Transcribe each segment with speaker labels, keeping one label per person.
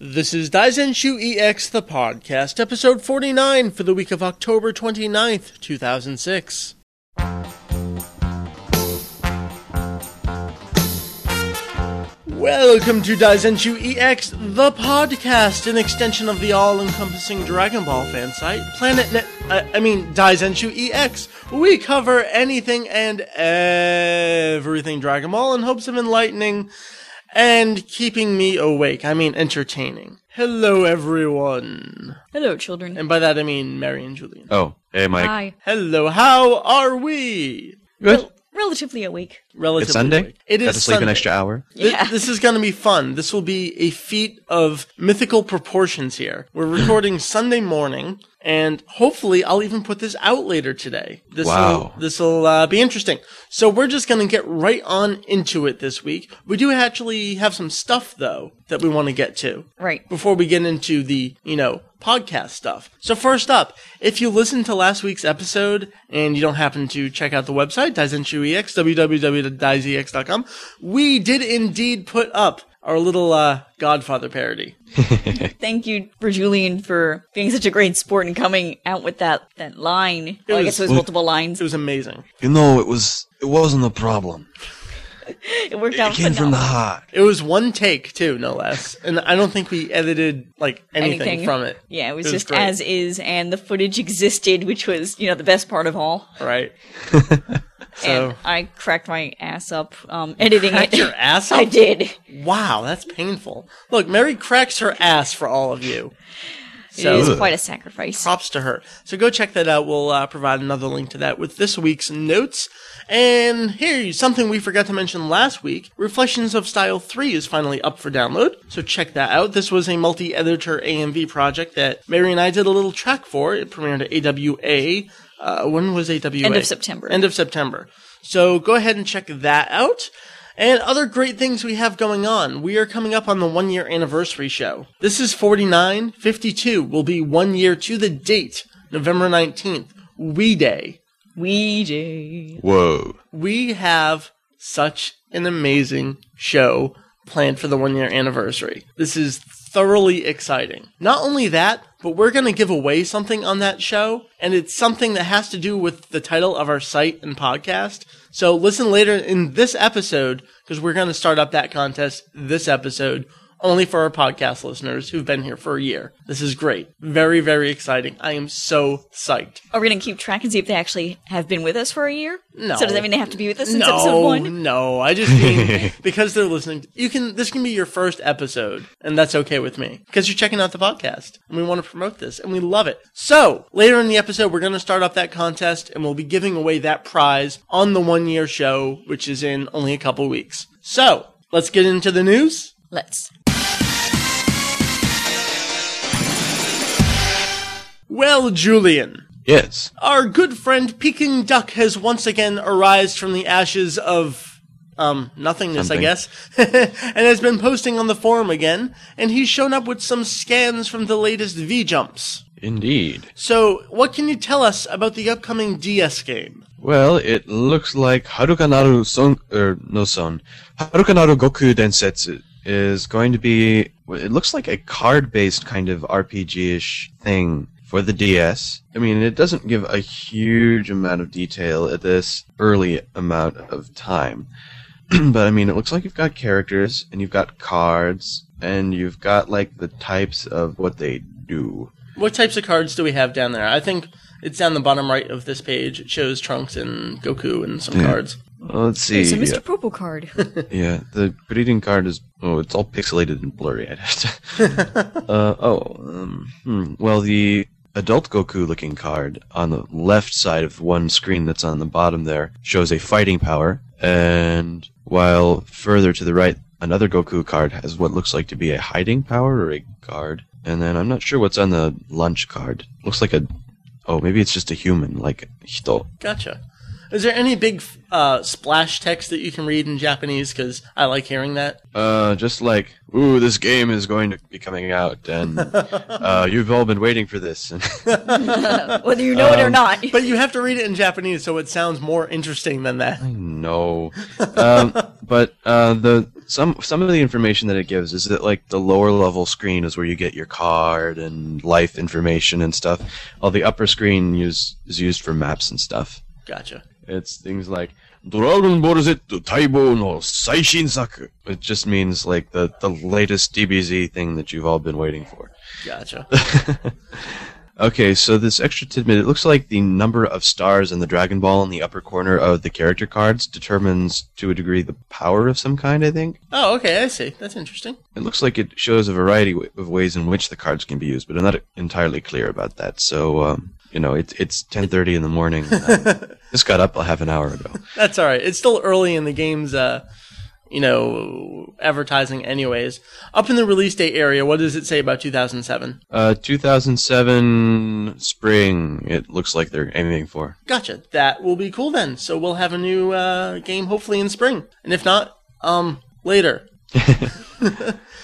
Speaker 1: This is Daizenshu EX the podcast, episode 49 for the week of October 29th, 2006. Welcome to Daizenshu EX the podcast, an extension of the all-encompassing Dragon Ball fan site, Planet Net uh, I mean Daizenshu EX. We cover anything and everything Dragon Ball in hopes of enlightening and keeping me awake. I mean, entertaining. Hello, everyone.
Speaker 2: Hello, children.
Speaker 1: And by that, I mean Mary and Julian.
Speaker 3: Oh, hey, Mike.
Speaker 2: Hi.
Speaker 1: Hello, how are we?
Speaker 3: Good.
Speaker 2: Relatively awake.
Speaker 1: Relatively.
Speaker 3: It's Sunday.
Speaker 1: awake. It is
Speaker 3: Got to sleep
Speaker 1: Sunday.
Speaker 3: an extra hour.
Speaker 1: Th-
Speaker 2: Yeah.
Speaker 1: this is going to be fun. This will be a feat of mythical proportions here. We're recording Sunday morning, and hopefully, I'll even put this out later today. This
Speaker 3: Wow.
Speaker 1: This will uh, be interesting. So, we're just going to get right on into it this week. We do actually have some stuff, though, that we want to get to
Speaker 2: Right.
Speaker 1: before we get into the, you know, podcast stuff. So first up, if you listened to last week's episode and you don't happen to check out the website, E Daizenshu EX, E www.daizex.com, we did indeed put up our little uh, Godfather parody.
Speaker 2: Thank you for Julian for being such a great sport and coming out with that, that line. Well, I
Speaker 1: was-
Speaker 2: guess it was multiple lines.
Speaker 1: It was amazing.
Speaker 3: You know, it was it wasn't a problem.
Speaker 2: It worked out phenomenal.
Speaker 3: heart.
Speaker 1: It was one take too, no less. And I don't think we edited like anything,
Speaker 2: Anything.
Speaker 1: from it.
Speaker 2: Yeah, it was,
Speaker 1: It was
Speaker 2: just
Speaker 1: great.
Speaker 2: as is, and the footage existed, which was, you know, the best part of all.
Speaker 1: Right.
Speaker 2: And
Speaker 1: so
Speaker 2: I cracked my ass up um, editing
Speaker 1: Cracked
Speaker 2: it.
Speaker 1: your ass
Speaker 2: I
Speaker 1: up?
Speaker 2: did.
Speaker 1: wow, that's painful. Look, Mary cracks her ass for all of you. So
Speaker 2: it was quite a sacrifice.
Speaker 1: props to her. So go check that out. We'll uh, provide another link to that with this week's notes. And here, something we forgot to mention last week Reflections of Style 3 is finally up for download. So check that out. This was a multi editor AMV project that Mary and I did a little track for. It premiered at AWA. Uh, when was AWA?
Speaker 2: End of September.
Speaker 1: End of September. So go ahead and check that out. And other great things we have going on. We are coming up on the one year anniversary show. This is 49. 52 will be one year to the date, November 19th, We Day.
Speaker 2: We did.
Speaker 3: Whoa.
Speaker 1: We have such an amazing show planned for the one year anniversary. This is thoroughly exciting. Not only that, but we're going to give away something on that show, and it's something that has to do with the title of our site and podcast. So listen later in this episode, because we're going to start up that contest this episode only for our podcast listeners who've been here for a year. This is great. Very, very exciting. I am so psyched.
Speaker 2: Are we going to keep track and see if they actually have been with us for a year?
Speaker 1: No.
Speaker 2: So does that mean they have to be with us since
Speaker 1: no,
Speaker 2: episode one?
Speaker 1: No, I just mean because they're listening. You can this can be your first episode, and that's okay with me because you're checking out the podcast, and we want to promote this, and we love it. So later in the episode, we're going to start off that contest, and we'll be giving away that prize on the one year show, which is in only a couple weeks. So let's get into the news.
Speaker 2: Let's.
Speaker 1: Well, Julian.
Speaker 3: Yes.
Speaker 1: Our good friend Peking Duck has once again arised from the ashes of um nothingness, I
Speaker 3: Something.
Speaker 1: guess, and has been posting on the forum again. And he's shown up with some scans from the latest V jumps.
Speaker 3: Indeed.
Speaker 1: So, what can you tell us about the upcoming DS game?
Speaker 3: Well, it looks like Harukanaru Son er, no Son. Harukanaru Goku Densetsu is going to be well, it looks like a card-based kind of RPG-ish thing for the DS. I mean, it doesn't give a huge amount of detail at this early amount of time. but I mean, it looks like you've got characters and you've got cards and you've got like the types of what they do.
Speaker 1: What types of cards do we have down there? I think it's down the bottom right of this page. It shows Trunks and Goku and some cards.
Speaker 3: Well, let's see.
Speaker 2: There's a
Speaker 3: yeah.
Speaker 2: Mr. Purple card.
Speaker 3: Yeah, the greeting card is oh, it's all pixelated and blurry. I'd have to. uh, oh, um, hmm. well, the adult Goku looking card on the left side of one screen that's on the bottom there shows a fighting power, and while further to the right, another Goku card has what looks like to be a hiding power or a guard. And then I'm not sure what's on the lunch card. Looks like a, oh, maybe it's just a human like Hito.
Speaker 1: Gotcha. Is there any big uh, splash text that you can read in Japanese? Because I like hearing that.
Speaker 3: Uh, just like, ooh, this game is going to be coming out, and uh, you've all been waiting for this.
Speaker 2: Whether you know it or not.
Speaker 1: Um, But you have to read it in Japanese, so it sounds more interesting than that.
Speaker 3: no, um, but uh, the some some of the information that it gives is that like the lower level screen is where you get your card and life information and stuff, while the upper screen use, is used for maps and stuff.
Speaker 1: Gotcha.
Speaker 3: It's things like Dragon Borzet Taibo no Saishin Saku. It just means like the, the latest DBZ thing that you've all been waiting for.
Speaker 1: Gotcha.
Speaker 3: Okay, so this extra tidbit, it looks like the number of stars in the Dragon Ball in the upper corner of the character cards determines to a degree the power of some kind, I think.
Speaker 1: Oh, okay. I see. That's interesting.
Speaker 3: It looks like it shows a variety w- of ways in which the cards can be used, but I'm not entirely clear about that. So, um, you know, it, it's 10.30 in the morning. Um, just got up a half an hour ago.
Speaker 1: That's all right. It's still early in the game's, uh, you know, advertising, anyways. Up in the release date area, what does it say about 2007?
Speaker 3: Uh, 2007 spring, it looks like they're aiming for.
Speaker 1: Gotcha. That will be cool then. So we'll have a new uh, game hopefully in spring, and if not, um, later.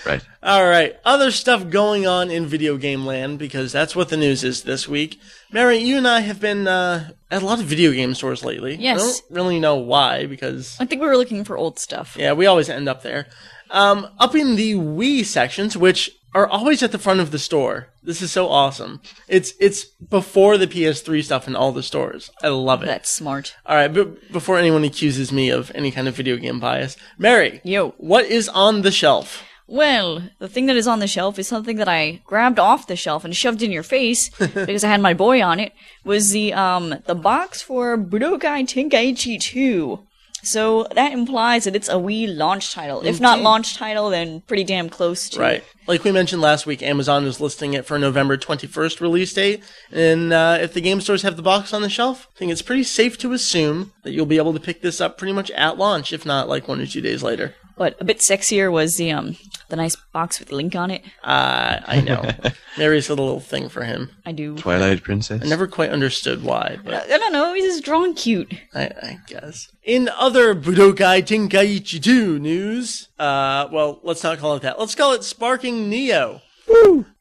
Speaker 3: Right.
Speaker 1: All right, other stuff going on in video game land because that's what the news is this week. Mary, you and I have been uh, at a lot of video game stores lately.
Speaker 2: Yes.
Speaker 1: I don't really know why because
Speaker 2: I think we were looking for old stuff.
Speaker 1: yeah, we always end up there. Um, up in the Wii sections, which are always at the front of the store. This is so awesome. It's it's before the PS3 stuff in all the stores. I love it.
Speaker 2: That's smart.
Speaker 1: all right, but before anyone accuses me of any kind of video game bias, Mary,
Speaker 2: Yo.
Speaker 1: what is on the shelf?
Speaker 2: Well, the thing that is on the shelf is something that I grabbed off the shelf and shoved in your face because I had my boy on it. Was the um the box for Budokai Tenkaichi 2. So that implies that it's a Wii launch title. If not launch title, then pretty damn close to.
Speaker 1: Mm-hmm. Right. Like we mentioned last week, Amazon is listing it for November 21st release date. And uh, if the game stores have the box on the shelf, I think it's pretty safe to assume that you'll be able to pick this up pretty much at launch, if not like one or two days later.
Speaker 2: But a bit sexier was the um the nice box with Link on it.
Speaker 1: Uh, I know. Mary's a little thing for him.
Speaker 2: I do.
Speaker 3: Twilight Princess?
Speaker 1: I never quite understood why, but
Speaker 2: I don't know. He's just drawn cute.
Speaker 1: I, I guess. In other Budokai Tenkaichi 2 news, uh, well, let's not call it that. Let's call it Sparking Neo.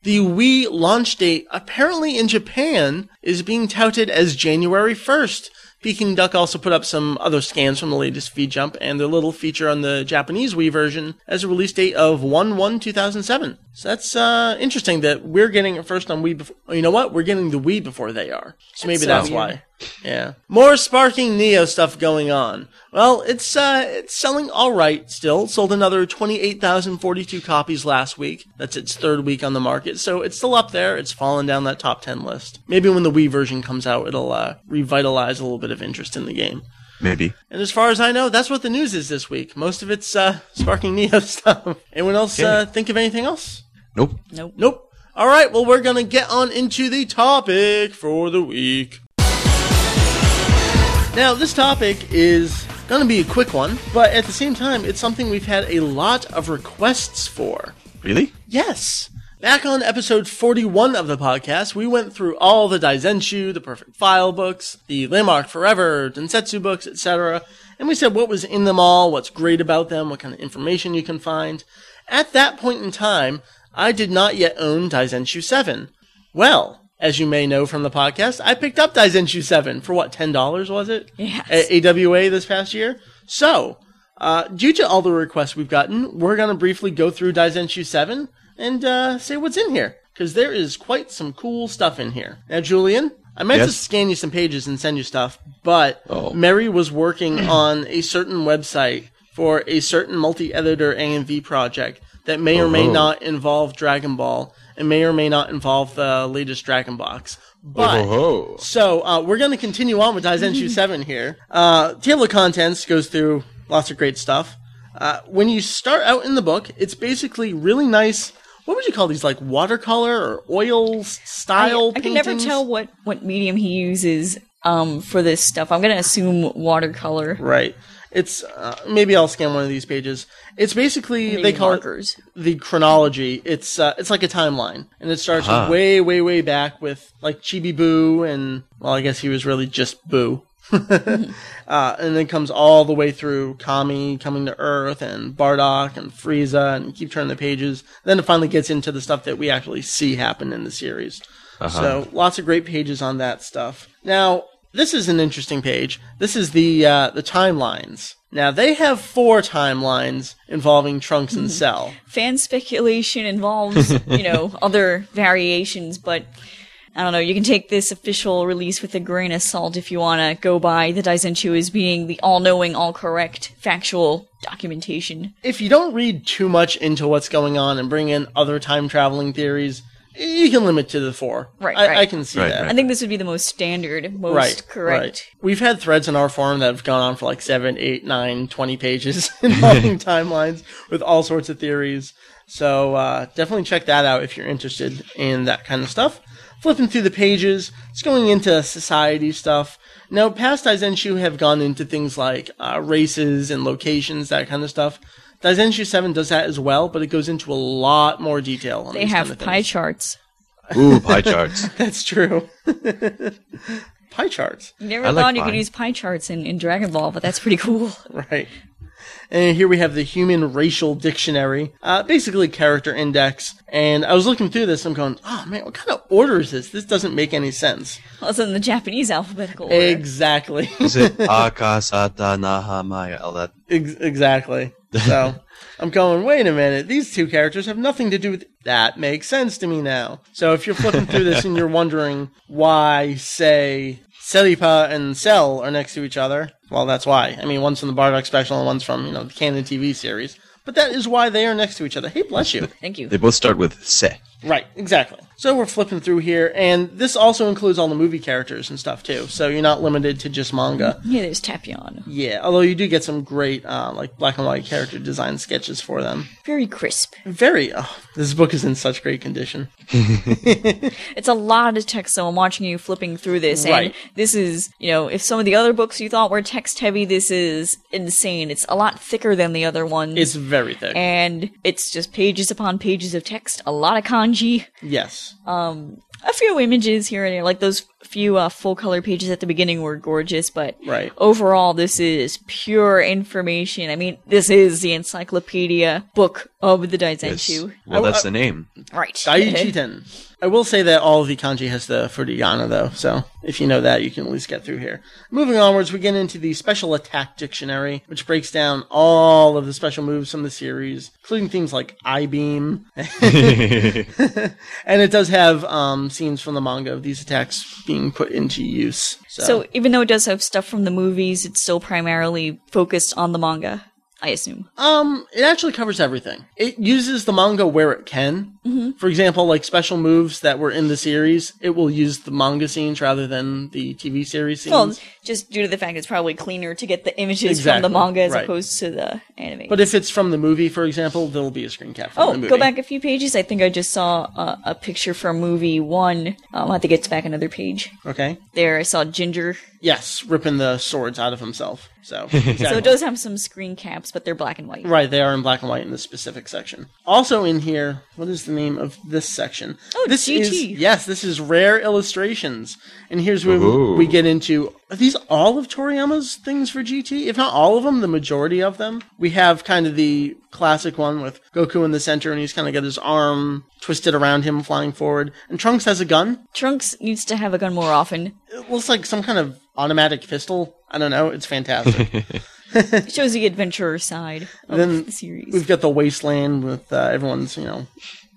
Speaker 1: The Wii launch date, apparently in Japan, is being touted as January 1st. Peking Duck also put up some other scans from the latest feed jump and their little feature on the Japanese Wii version as a release date of 1 1 2007. So that's uh, interesting that we're getting it first on Wii before. You know what? We're getting the Wii before they are. So maybe
Speaker 2: so
Speaker 1: that's
Speaker 2: weird.
Speaker 1: why. Yeah. More sparking Neo stuff going on. Well, it's uh it's selling all right still. Sold another 28,042 copies last week. That's its third week on the market. So it's still up there. It's fallen down that top 10 list. Maybe when the Wii version comes out, it'll uh, revitalize a little bit of interest in the game.
Speaker 3: Maybe.
Speaker 1: And as far as I know, that's what the news is this week. Most of it's uh, sparking Neo stuff. Anyone else uh, think of anything else?
Speaker 3: Nope.
Speaker 2: Nope.
Speaker 1: Nope. All right, well, we're going to get on into the topic for the week. Now, this topic is going to be a quick one, but at the same time, it's something we've had a lot of requests for.
Speaker 3: Really?
Speaker 1: Yes. Back on episode 41 of the podcast, we went through all the Daizenshu, the Perfect File books, the Landmark Forever, Densetsu books, etc. And we said what was in them all, what's great about them, what kind of information you can find. At that point in time, I did not yet own Daizenshu 7. Well, as you may know from the podcast, I picked up Daizenshu 7 for what, $10 was it?
Speaker 2: Yes.
Speaker 1: At AWA this past year. So, uh, due to all the requests we've gotten, we're going to briefly go through Daizenshu 7 and uh, say what's in here, because there is quite some cool stuff in here. Now, Julian, I meant to
Speaker 3: Yes?
Speaker 1: scan you some pages and send you stuff, but
Speaker 3: Oh.
Speaker 1: Mary was working on a certain website for a certain multi editor AMV project that may or may
Speaker 3: Oh.
Speaker 1: not involve Dragon Ball and may or may not involve the latest Dragon Box. But.
Speaker 3: ho.
Speaker 1: So uh, we're going to continue on with Daizenshu 7 here. Uh, table of contents goes through lots of great stuff. Uh, when you start out in the book, it's basically really nice. What would you call these? Like watercolor or oil s-
Speaker 2: I,
Speaker 1: style
Speaker 2: I can
Speaker 1: paintings?
Speaker 2: never tell what what medium he uses um for this stuff. I'm gonna assume watercolor.
Speaker 1: Right. It's uh, maybe I'll scan one of these pages. It's basically they
Speaker 2: Maybe
Speaker 1: call
Speaker 2: markers.
Speaker 1: it the chronology. It's uh, it's like a timeline, and it starts
Speaker 3: Aha.
Speaker 1: way way way back with like Chibi Boo, and well, I guess he was really just Boo. uh, and then comes all the way through Kami coming to Earth and Bardock and Frieza and keep turning the pages. Then it finally gets into the stuff that we actually see happen in the series.
Speaker 3: Uh-huh.
Speaker 1: So lots of great pages on that stuff. Now this is an interesting page. This is the uh, the timelines. Now they have four timelines involving Trunks
Speaker 2: Mm-hmm.
Speaker 1: and Cell.
Speaker 2: Fan speculation involves, you know, other variations, but I don't know. You can take this official release with a grain of salt if you want to go by the Daisenshu as being the all knowing, all correct, factual documentation.
Speaker 1: If you don't read too much into what's going on and bring in other time traveling theories, you can limit to the four.
Speaker 2: Right,
Speaker 1: I,
Speaker 2: right.
Speaker 1: I can see
Speaker 3: Right,
Speaker 1: that.
Speaker 2: I think this would be the most standard, most correct.
Speaker 1: We've had threads in our forum that have gone on for like seven, eight, nine, 20 pages involving timelines with all sorts of theories. So uh, definitely check that out if you're interested in that kind of stuff. Flipping through the pages, it's going into society stuff. Now, past Daizenshu have gone into things like uh, races and locations, that kind of stuff. Daizenshu 7 does that as well, but it goes into a lot more detail. On
Speaker 2: They
Speaker 1: these
Speaker 2: have
Speaker 1: kind of
Speaker 2: pie
Speaker 1: things.
Speaker 2: charts.
Speaker 3: Ooh, pie charts.
Speaker 1: That's true. pie charts.
Speaker 2: You never
Speaker 3: I like
Speaker 2: thought you
Speaker 3: pie.
Speaker 2: could use pie charts in, in Dragon Ball, but that's pretty cool.
Speaker 1: Right. And here we have the Human Racial Dictionary, uh, basically character index. And I was looking through this, I'm going, oh man, what kind of order is this? This doesn't make any sense.
Speaker 2: Also in the Japanese alphabetical order.
Speaker 1: Exactly.
Speaker 3: Is it Akasata Nahamaya? All that.
Speaker 1: Ex- exactly. So I'm going, wait a minute, these two characters have nothing to do with that makes sense to me now. So if you're flipping through this and you're wondering why, say, Celipa and Cell are next to each other, well that's why. I mean one's from the Bardock special and one's from, you know, the canon TV series. But that is why they are next to each other. Hey bless you.
Speaker 2: Thank you.
Speaker 3: They both start with se.
Speaker 1: Right, exactly. So we're flipping through here, and this also includes all the movie characters and stuff too. So you're not limited to just manga.
Speaker 2: Yeah, there's Tapion.
Speaker 1: Yeah, although you do get some great uh, like black and white character design sketches for them.
Speaker 2: Very crisp.
Speaker 1: Very. Oh, this book is in such great condition.
Speaker 2: It's a lot of text, so I'm watching you flipping through this.
Speaker 1: Right.
Speaker 2: And this is, you know, if some of the other books you thought were text heavy, this is insane. It's a lot thicker than the other ones.
Speaker 1: It's very thick.
Speaker 2: and it's just pages upon pages of text, a lot of kanji,
Speaker 1: yes.
Speaker 2: a few images here and there. Like those few uh, full color pages at the beginning were gorgeous, but
Speaker 1: Right.
Speaker 2: overall, this is pure information. I mean, this is the encyclopedia book of the Daizenshu.
Speaker 3: Well,
Speaker 1: I-
Speaker 3: that's
Speaker 1: I-
Speaker 3: the name.
Speaker 2: Right.
Speaker 1: Daiichi Ten. I will say that all of the kanji has the furigana, though, so if you know that, you can at least get through here. Moving onwards, we get into the Special Attack Dictionary, which breaks down all of the special moves from the series, including things like I Beam. and it does have um, scenes from the manga of these attacks being put into use. So,
Speaker 2: So even though it does have stuff from the movies, it's still primarily focused on the manga, I assume.
Speaker 1: um, it actually covers everything. It uses the manga where it can.
Speaker 2: Mm-hmm.
Speaker 1: For example, like special moves that were in the series, it will use the manga scenes rather than the TV series scenes.
Speaker 2: Well, just due to the fact it's probably cleaner to get the images from
Speaker 1: Exactly,
Speaker 2: the manga as
Speaker 1: right.
Speaker 2: opposed to the anime.
Speaker 1: But if it's from the movie, for example, there'll be a screen cap from
Speaker 2: oh,
Speaker 1: the movie.
Speaker 2: go back a few pages. I think I just saw a, a picture from movie one. Um, I think it's back another page.
Speaker 1: Okay.
Speaker 2: There, I saw Ginger.
Speaker 1: Yes, ripping the swords out of himself. So, exactly.
Speaker 2: So it does have some screen caps, but they're black and white.
Speaker 1: right, they are in black and white in this specific section. Also in here, what is the name of this section?
Speaker 2: Oh,
Speaker 1: this
Speaker 2: GT.
Speaker 1: is yes, this is rare illustrations, and here's where
Speaker 3: Ooh.
Speaker 1: we get into are these all of Toriyama's things for GT? If not all of them, the majority of them. We have kind of the classic one with Goku in the center, and he's kind of got his arm twisted around him, flying forward, and Trunks has a gun.
Speaker 2: Trunks needs to have a gun more often.
Speaker 1: it looks like some kind of automatic pistol. I don't know. It's fantastic.
Speaker 2: It shows the adventurer side of
Speaker 1: Then
Speaker 2: the series.
Speaker 1: We've got the wasteland with uh, everyone's, you know,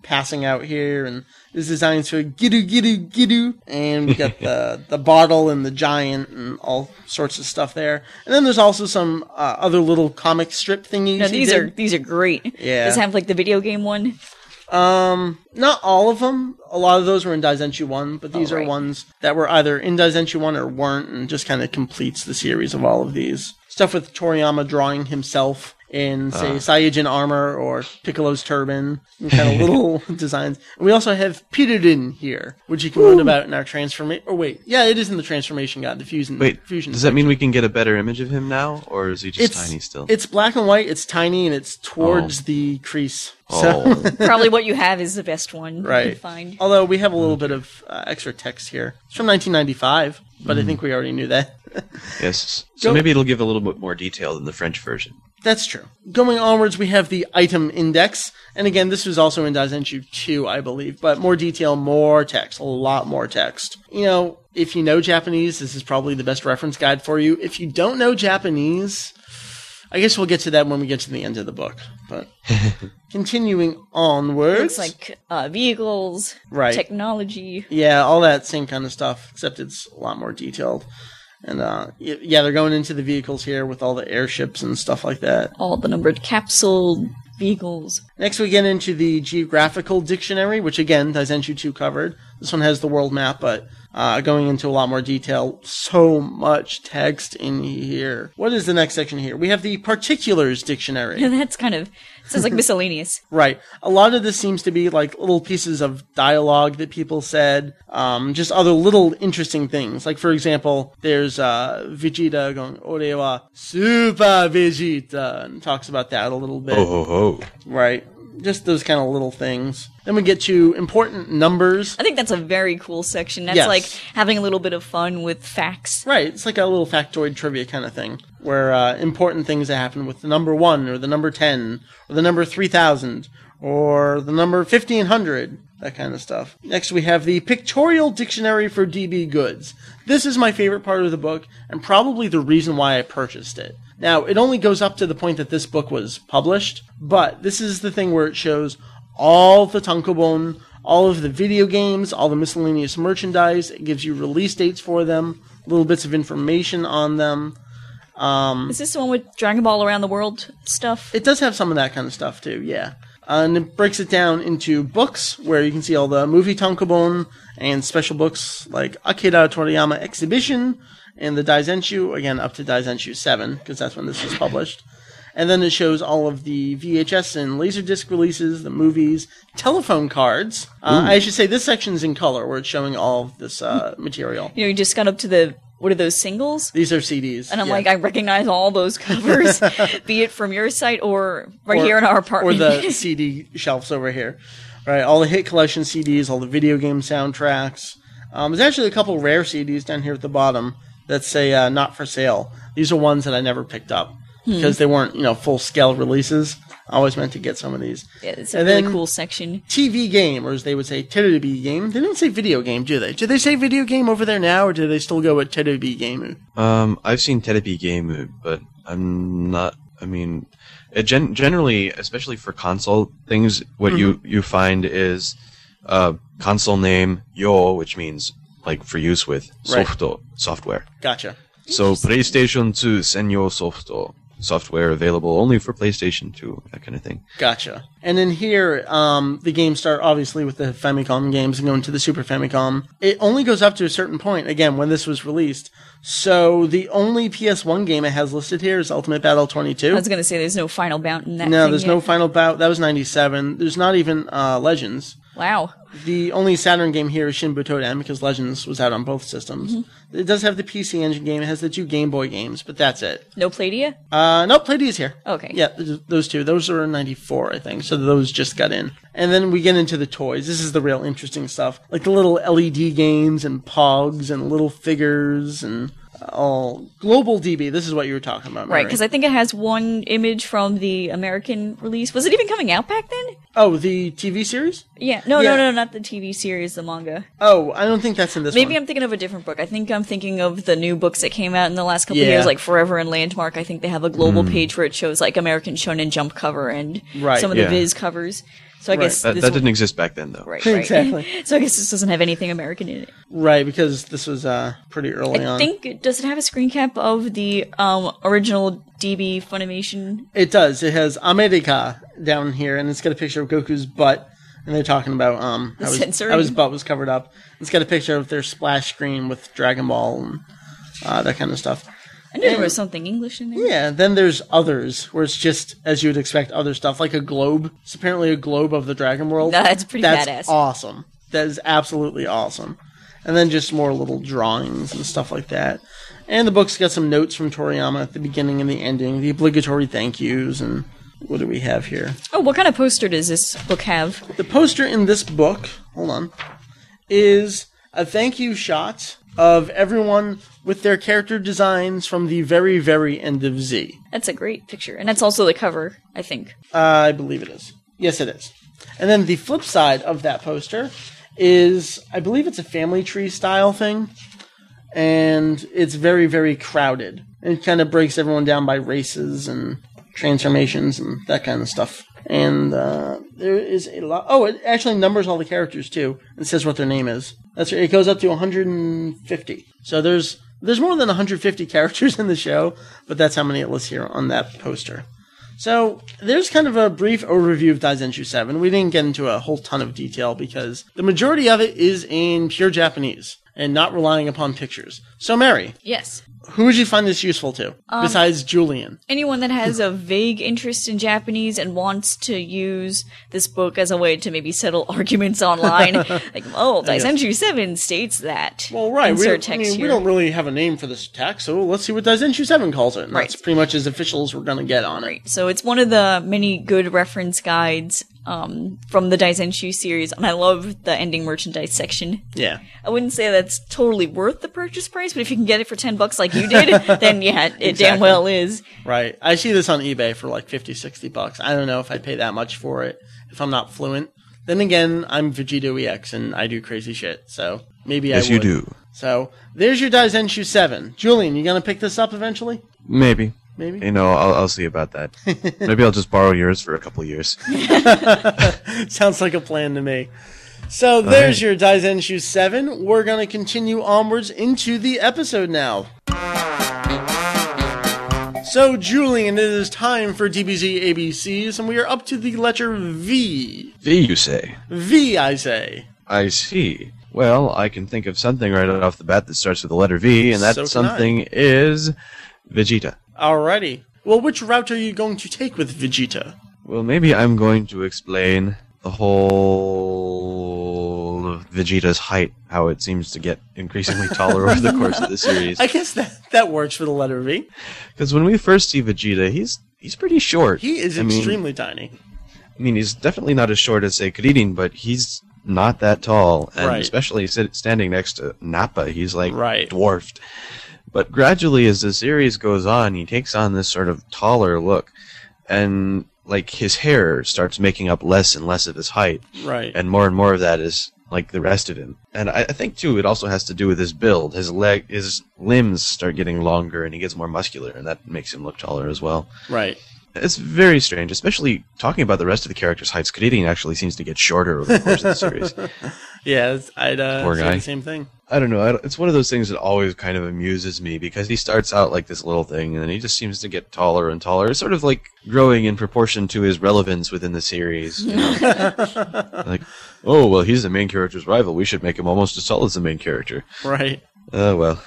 Speaker 1: passing out here, and this design's for Gidu Gidu Gidu. And we've got the, the bottle and the giant and all sorts of stuff there. And then there's also some uh, other little comic strip thingies.
Speaker 2: No,
Speaker 1: he
Speaker 2: these
Speaker 1: did.
Speaker 2: are these are great.
Speaker 1: Yeah.
Speaker 2: Does it have like the video game one?
Speaker 1: Not all of them. A lot of those were in Daizenshu 1, but these
Speaker 2: Oh,
Speaker 1: are
Speaker 2: right.
Speaker 1: ones that were either in Daizenshu 1 or weren't, and just kind of completes the series of all of these. Stuff with Toriyama drawing himself in,
Speaker 3: Ah.
Speaker 1: say, Saiyajin armor or Piccolo's turban, and kind of little designs. And we also have Pirudin here, which you can learn about in our transformation. Or wait, yeah, it is in the transformation guide, the fusion.
Speaker 3: Wait,
Speaker 1: fusion.
Speaker 3: does that mean we can get a better image of him now, or is he just tiny still?
Speaker 1: It's black and white, it's tiny, and it's towards the crease. So-
Speaker 3: oh,
Speaker 2: Probably what you have is the best one. You
Speaker 1: Right.
Speaker 2: can find.
Speaker 1: Although we have a little bit of uh, extra text here. It's from 1995, but I think we already knew that.
Speaker 3: yes. So
Speaker 1: Go-
Speaker 3: maybe it'll give a little bit more detail than the French version.
Speaker 1: That's true. Going onwards, we have the item index. And again, this was also in Daisenshu 2, I believe, but more detail, more text, a lot more text. You know, if you know Japanese, this is probably the best reference guide for you. If you don't know Japanese, I guess we'll get to that when we get to the end of the book. But continuing onwards,
Speaker 2: It's like uh, vehicles,
Speaker 1: Right.
Speaker 2: technology.
Speaker 1: yeah, all that same kind of stuff, except it's a lot more detailed. And uh, y- yeah, they're going into the vehicles here with all the airships and stuff like that.
Speaker 2: all the numbered capsule vehicles.
Speaker 1: Next, we get into the geographical dictionary, which again, Daisenshu 2 covered. This one has the world map, but uh, going into a lot more detail. So much text in here. What is the next section here? We have the particulars dictionary.
Speaker 2: That's kind of sounds like miscellaneous.
Speaker 1: Right. A lot of this seems to be like little pieces of dialogue that people said, um, just other little interesting things. Like, for example, there's uh, Vegeta going, Ore wa Super Vegeta, and talks about that a little bit.
Speaker 3: Oh ho ho.
Speaker 1: Right. Just those kind of little things. Then we get to important numbers.
Speaker 2: I think that's a very cool section. That's
Speaker 1: Yes.
Speaker 2: like having a little bit of fun with facts.
Speaker 1: Right, it's like a little factoid trivia kind of thing, where uh, important things that happen with the number one, or the number ten, or the number three thousand, or the number fifteen hundred, that kind of stuff. Next, we have the Pictorial Dictionary for DB Goods. This is my favorite part of the book, and probably the reason why I purchased it. Now, it only goes up to the point that this book was published, but this is the thing where it shows all the tankobon, all of the video games, all the miscellaneous merchandise. It gives you release dates for them, little bits of information on them.
Speaker 2: Is this the one with Dragon Ball Around the World stuff?
Speaker 1: It does have some of that kind of stuff too, yeah. Uh, and it breaks it down into books where you can see all the movie tankobon and special books like Akira Toriyama Exhibition and the Daizenshu, again up to Daizenshu 7, because that's when this was published. And then it shows all of the VHS and Laserdisc releases, the movies, telephone cards. Uh, I should say this section's in color where it's showing all of this uh, material.
Speaker 2: You know, you just got up to the what are those singles?
Speaker 1: These are CDs.
Speaker 2: And I'm
Speaker 1: yeah.
Speaker 2: like, I recognize all those covers, be it from your site or right
Speaker 1: or-
Speaker 2: here in our
Speaker 1: or
Speaker 2: apartment.
Speaker 1: the CD shelves over here. All right, all the hit collection CDs, all the video game soundtracks. Um, there's actually a couple rare CDs down here at the bottom that say uh, not for sale. These are ones that I never picked up
Speaker 2: Hmm.
Speaker 1: because they weren't, you know, full scale releases. I always meant to get some of these.
Speaker 2: Yeah, it's a
Speaker 1: and
Speaker 2: really
Speaker 1: then-
Speaker 2: cool section.
Speaker 1: TV game, or as they would say, TWB game. They didn't say video game, do they? Do they say video game over there now, or do they still go with TWB game?
Speaker 3: Um, I've seen Tedepi Game, but I'm not. I mean, uh, gen- generally, especially for console things, what you
Speaker 1: Mm-hmm.
Speaker 3: you find is uh, console name yo, which means like for use with
Speaker 1: Right.
Speaker 3: softo software.
Speaker 1: Gotcha.
Speaker 3: So PlayStation 2 Senyo Softo uh, software available only for PlayStation 2, that kind of thing.
Speaker 1: Gotcha. And then here, um, the games start obviously with the Famicom games and going to the Super Famicom. It only goes up to a certain point, again, when this was released. So the only PS1 game it has listed here is Ultimate Battle 22.
Speaker 2: I was gonna say there's no final bout in that.
Speaker 1: no,
Speaker 2: thing
Speaker 1: there's
Speaker 2: yet.
Speaker 1: no final bout. That was 97. There's not even uh, Legends.
Speaker 2: Wow.
Speaker 1: The only Saturn game here is Shin Butoden because Legends was out on both systems. It does have the PC Engine game. It has the two Game Boy games, but that's it.
Speaker 2: No Pladia?
Speaker 1: Uh, no, Pleiades is here.
Speaker 2: Oh, Okay.
Speaker 1: Yeah, th- those two. Those are in 94, I think. So those just got in. And then we get into the toys. This is the real interesting stuff. Like the little LED games and pogs and little figures and uh, all. Global DB, this is what you were talking about,
Speaker 2: Right,
Speaker 1: Mary.
Speaker 2: because I think it has one image from the American release. Was it even coming out back then?
Speaker 1: oh, the TV series?
Speaker 2: Yeah. No,
Speaker 1: Yeah.
Speaker 2: no, no, not the TV series, the manga.
Speaker 1: Oh, I don't think that's in this
Speaker 2: Maybe
Speaker 1: one.
Speaker 2: I'm thinking of a different book. I think I'm thinking of the new books that came out in the last couple of
Speaker 1: Yeah.
Speaker 2: years, like Forever and Landmark. I think they have a global page where it shows like American Shonen Jump cover and
Speaker 1: Right,
Speaker 2: some of the
Speaker 3: yeah.
Speaker 2: Viz covers. So I guess
Speaker 3: That,
Speaker 2: this
Speaker 3: that
Speaker 2: one-
Speaker 3: didn't exist back then, though.
Speaker 2: right, right.
Speaker 1: Exactly.
Speaker 2: so I guess this doesn't have anything American in it.
Speaker 1: Right, because this was uh, pretty early
Speaker 2: I
Speaker 1: on.
Speaker 2: think does it have a screen cap of the um, original DB Funimation?
Speaker 1: It does. It has America down here, and it's got a picture of Goku's butt. And they're talking about um how his,
Speaker 2: censoring.
Speaker 1: how his butt was covered up. It's got a picture of their splash screen with Dragon Ball and uh, that kind of stuff.
Speaker 2: I knew there was something English in there.
Speaker 1: Yeah. Then there's others where it's just as you would expect other stuff like a globe. It's apparently a globe of the Dragon World.
Speaker 2: No, that's pretty
Speaker 1: that's
Speaker 2: badass.
Speaker 1: Awesome. That is absolutely awesome. And then just more little drawings and stuff like that. And the book's got some notes from Toriyama at the beginning and the ending, the obligatory thank yous, and what do we have here?
Speaker 2: Oh, what kind of poster does this book have?
Speaker 1: The poster in this book, hold on, is a thank you shot of everyone with their character designs from the very, very end of Z.
Speaker 2: That's a great picture, and that's also the cover, I think.
Speaker 1: I believe it is. Yes, it is. And then the flip side of that poster is, I believe it's a family tree style thing, and it's very, very crowded. and it kind of breaks everyone down by races and transformations and that kind of stuff. And uh, there is a lot. Oh, it actually numbers all the characters too, and says what their name is. That's it goes up to 150. So there's there's more than 150 characters in the show, but that's how many it lists here on that poster. So there's kind of a brief overview of Daizenshu 7. We didn't get into a whole ton of detail because the majority of it is in pure Japanese and not relying upon pictures. So Mary,
Speaker 2: Yes.
Speaker 1: who would you find this useful to
Speaker 2: Um,
Speaker 1: besides Julian?
Speaker 2: Anyone that has a vague interest in Japanese and wants to use this book as a way to maybe settle arguments online, like, oh, Daisenshu 7 states that.
Speaker 1: Well, right. We
Speaker 2: Insert
Speaker 1: don't, I
Speaker 2: text
Speaker 1: mean, we
Speaker 2: here.
Speaker 1: don't really have a name for this attack, so let's see what Daizenshu 7 calls it. And
Speaker 2: Right.
Speaker 1: That's pretty much as official as we're going to get on it.
Speaker 2: So it's one of the many good reference guides um, from the Daisenshu series, and I love the ending merchandise section.
Speaker 1: Yeah.
Speaker 2: I wouldn't say that's totally worth the purchase price, but if you can get it for 10 bucks like you did, then yeah, it damn
Speaker 1: Exactly.
Speaker 2: well is.
Speaker 1: Right. I see this on eBay for like 50, 60 bucks. I don't know if I'd pay that much for it if I'm not fluent. Then again, I'm Vegito EX and I do crazy shit, so maybe I
Speaker 3: Yes, you
Speaker 1: would.
Speaker 3: do.
Speaker 1: So there's your Daizenshu 7. Julian, you going to pick this up eventually?
Speaker 3: Maybe.
Speaker 1: Maybe?
Speaker 3: You know, I'll, I'll see about that. Maybe I'll just borrow yours for a couple years.
Speaker 1: Sounds like a plan to me. So there's your Daizenshu 7. We're going to continue onwards into the episode now. So, Julian, it is time for DBZ ABCs, and we are up to the letter V.
Speaker 3: V, you say?
Speaker 1: V, I say.
Speaker 3: I see. Well, I can think of something right off the bat that starts with the letter V, and that
Speaker 1: So can I.
Speaker 3: something is Vegeta.
Speaker 1: Alrighty. Well, which route are you going to take with Vegeta?
Speaker 3: Well, maybe I'm going to explain the whole of Vegeta's height, how it seems to get increasingly taller over the course of the series.
Speaker 1: I guess that, that works for the letter V.
Speaker 3: Because when we first see Vegeta, he's he's pretty short.
Speaker 1: He is
Speaker 3: I mean-
Speaker 1: extremely tiny.
Speaker 3: I mean, he's definitely not as short as say Krillin, but he's not that tall, and
Speaker 1: Right.
Speaker 3: especially sit, standing next to Nappa, he's like
Speaker 1: Right.
Speaker 3: dwarfed. But gradually, as the series goes on, he takes on this sort of taller look, and like his hair starts making up less and less of his height,
Speaker 1: Right.
Speaker 3: and more and more of that is like the rest of him. And I, I think too, it also has to do with his build. His leg, his limbs start getting longer, and he gets more muscular, and that makes him look taller as well.
Speaker 1: right.
Speaker 3: It's very strange, especially talking about the rest of the characters' heights. Kadidin actually seems to get shorter over the course of the series.
Speaker 1: Yeah, it's- I'd uh,
Speaker 3: Poor
Speaker 1: say
Speaker 3: guy.
Speaker 1: the same thing.
Speaker 3: I don't know. I don't- it's one of those things that always kind of amuses me because he starts out like this little thing, and then he just seems to get taller and taller. It's sort of like growing in proportion to his relevance within the series. you know? like, oh well, he's the main character's rival. We should make him almost as tall as the main character.
Speaker 1: Right.
Speaker 3: Oh well.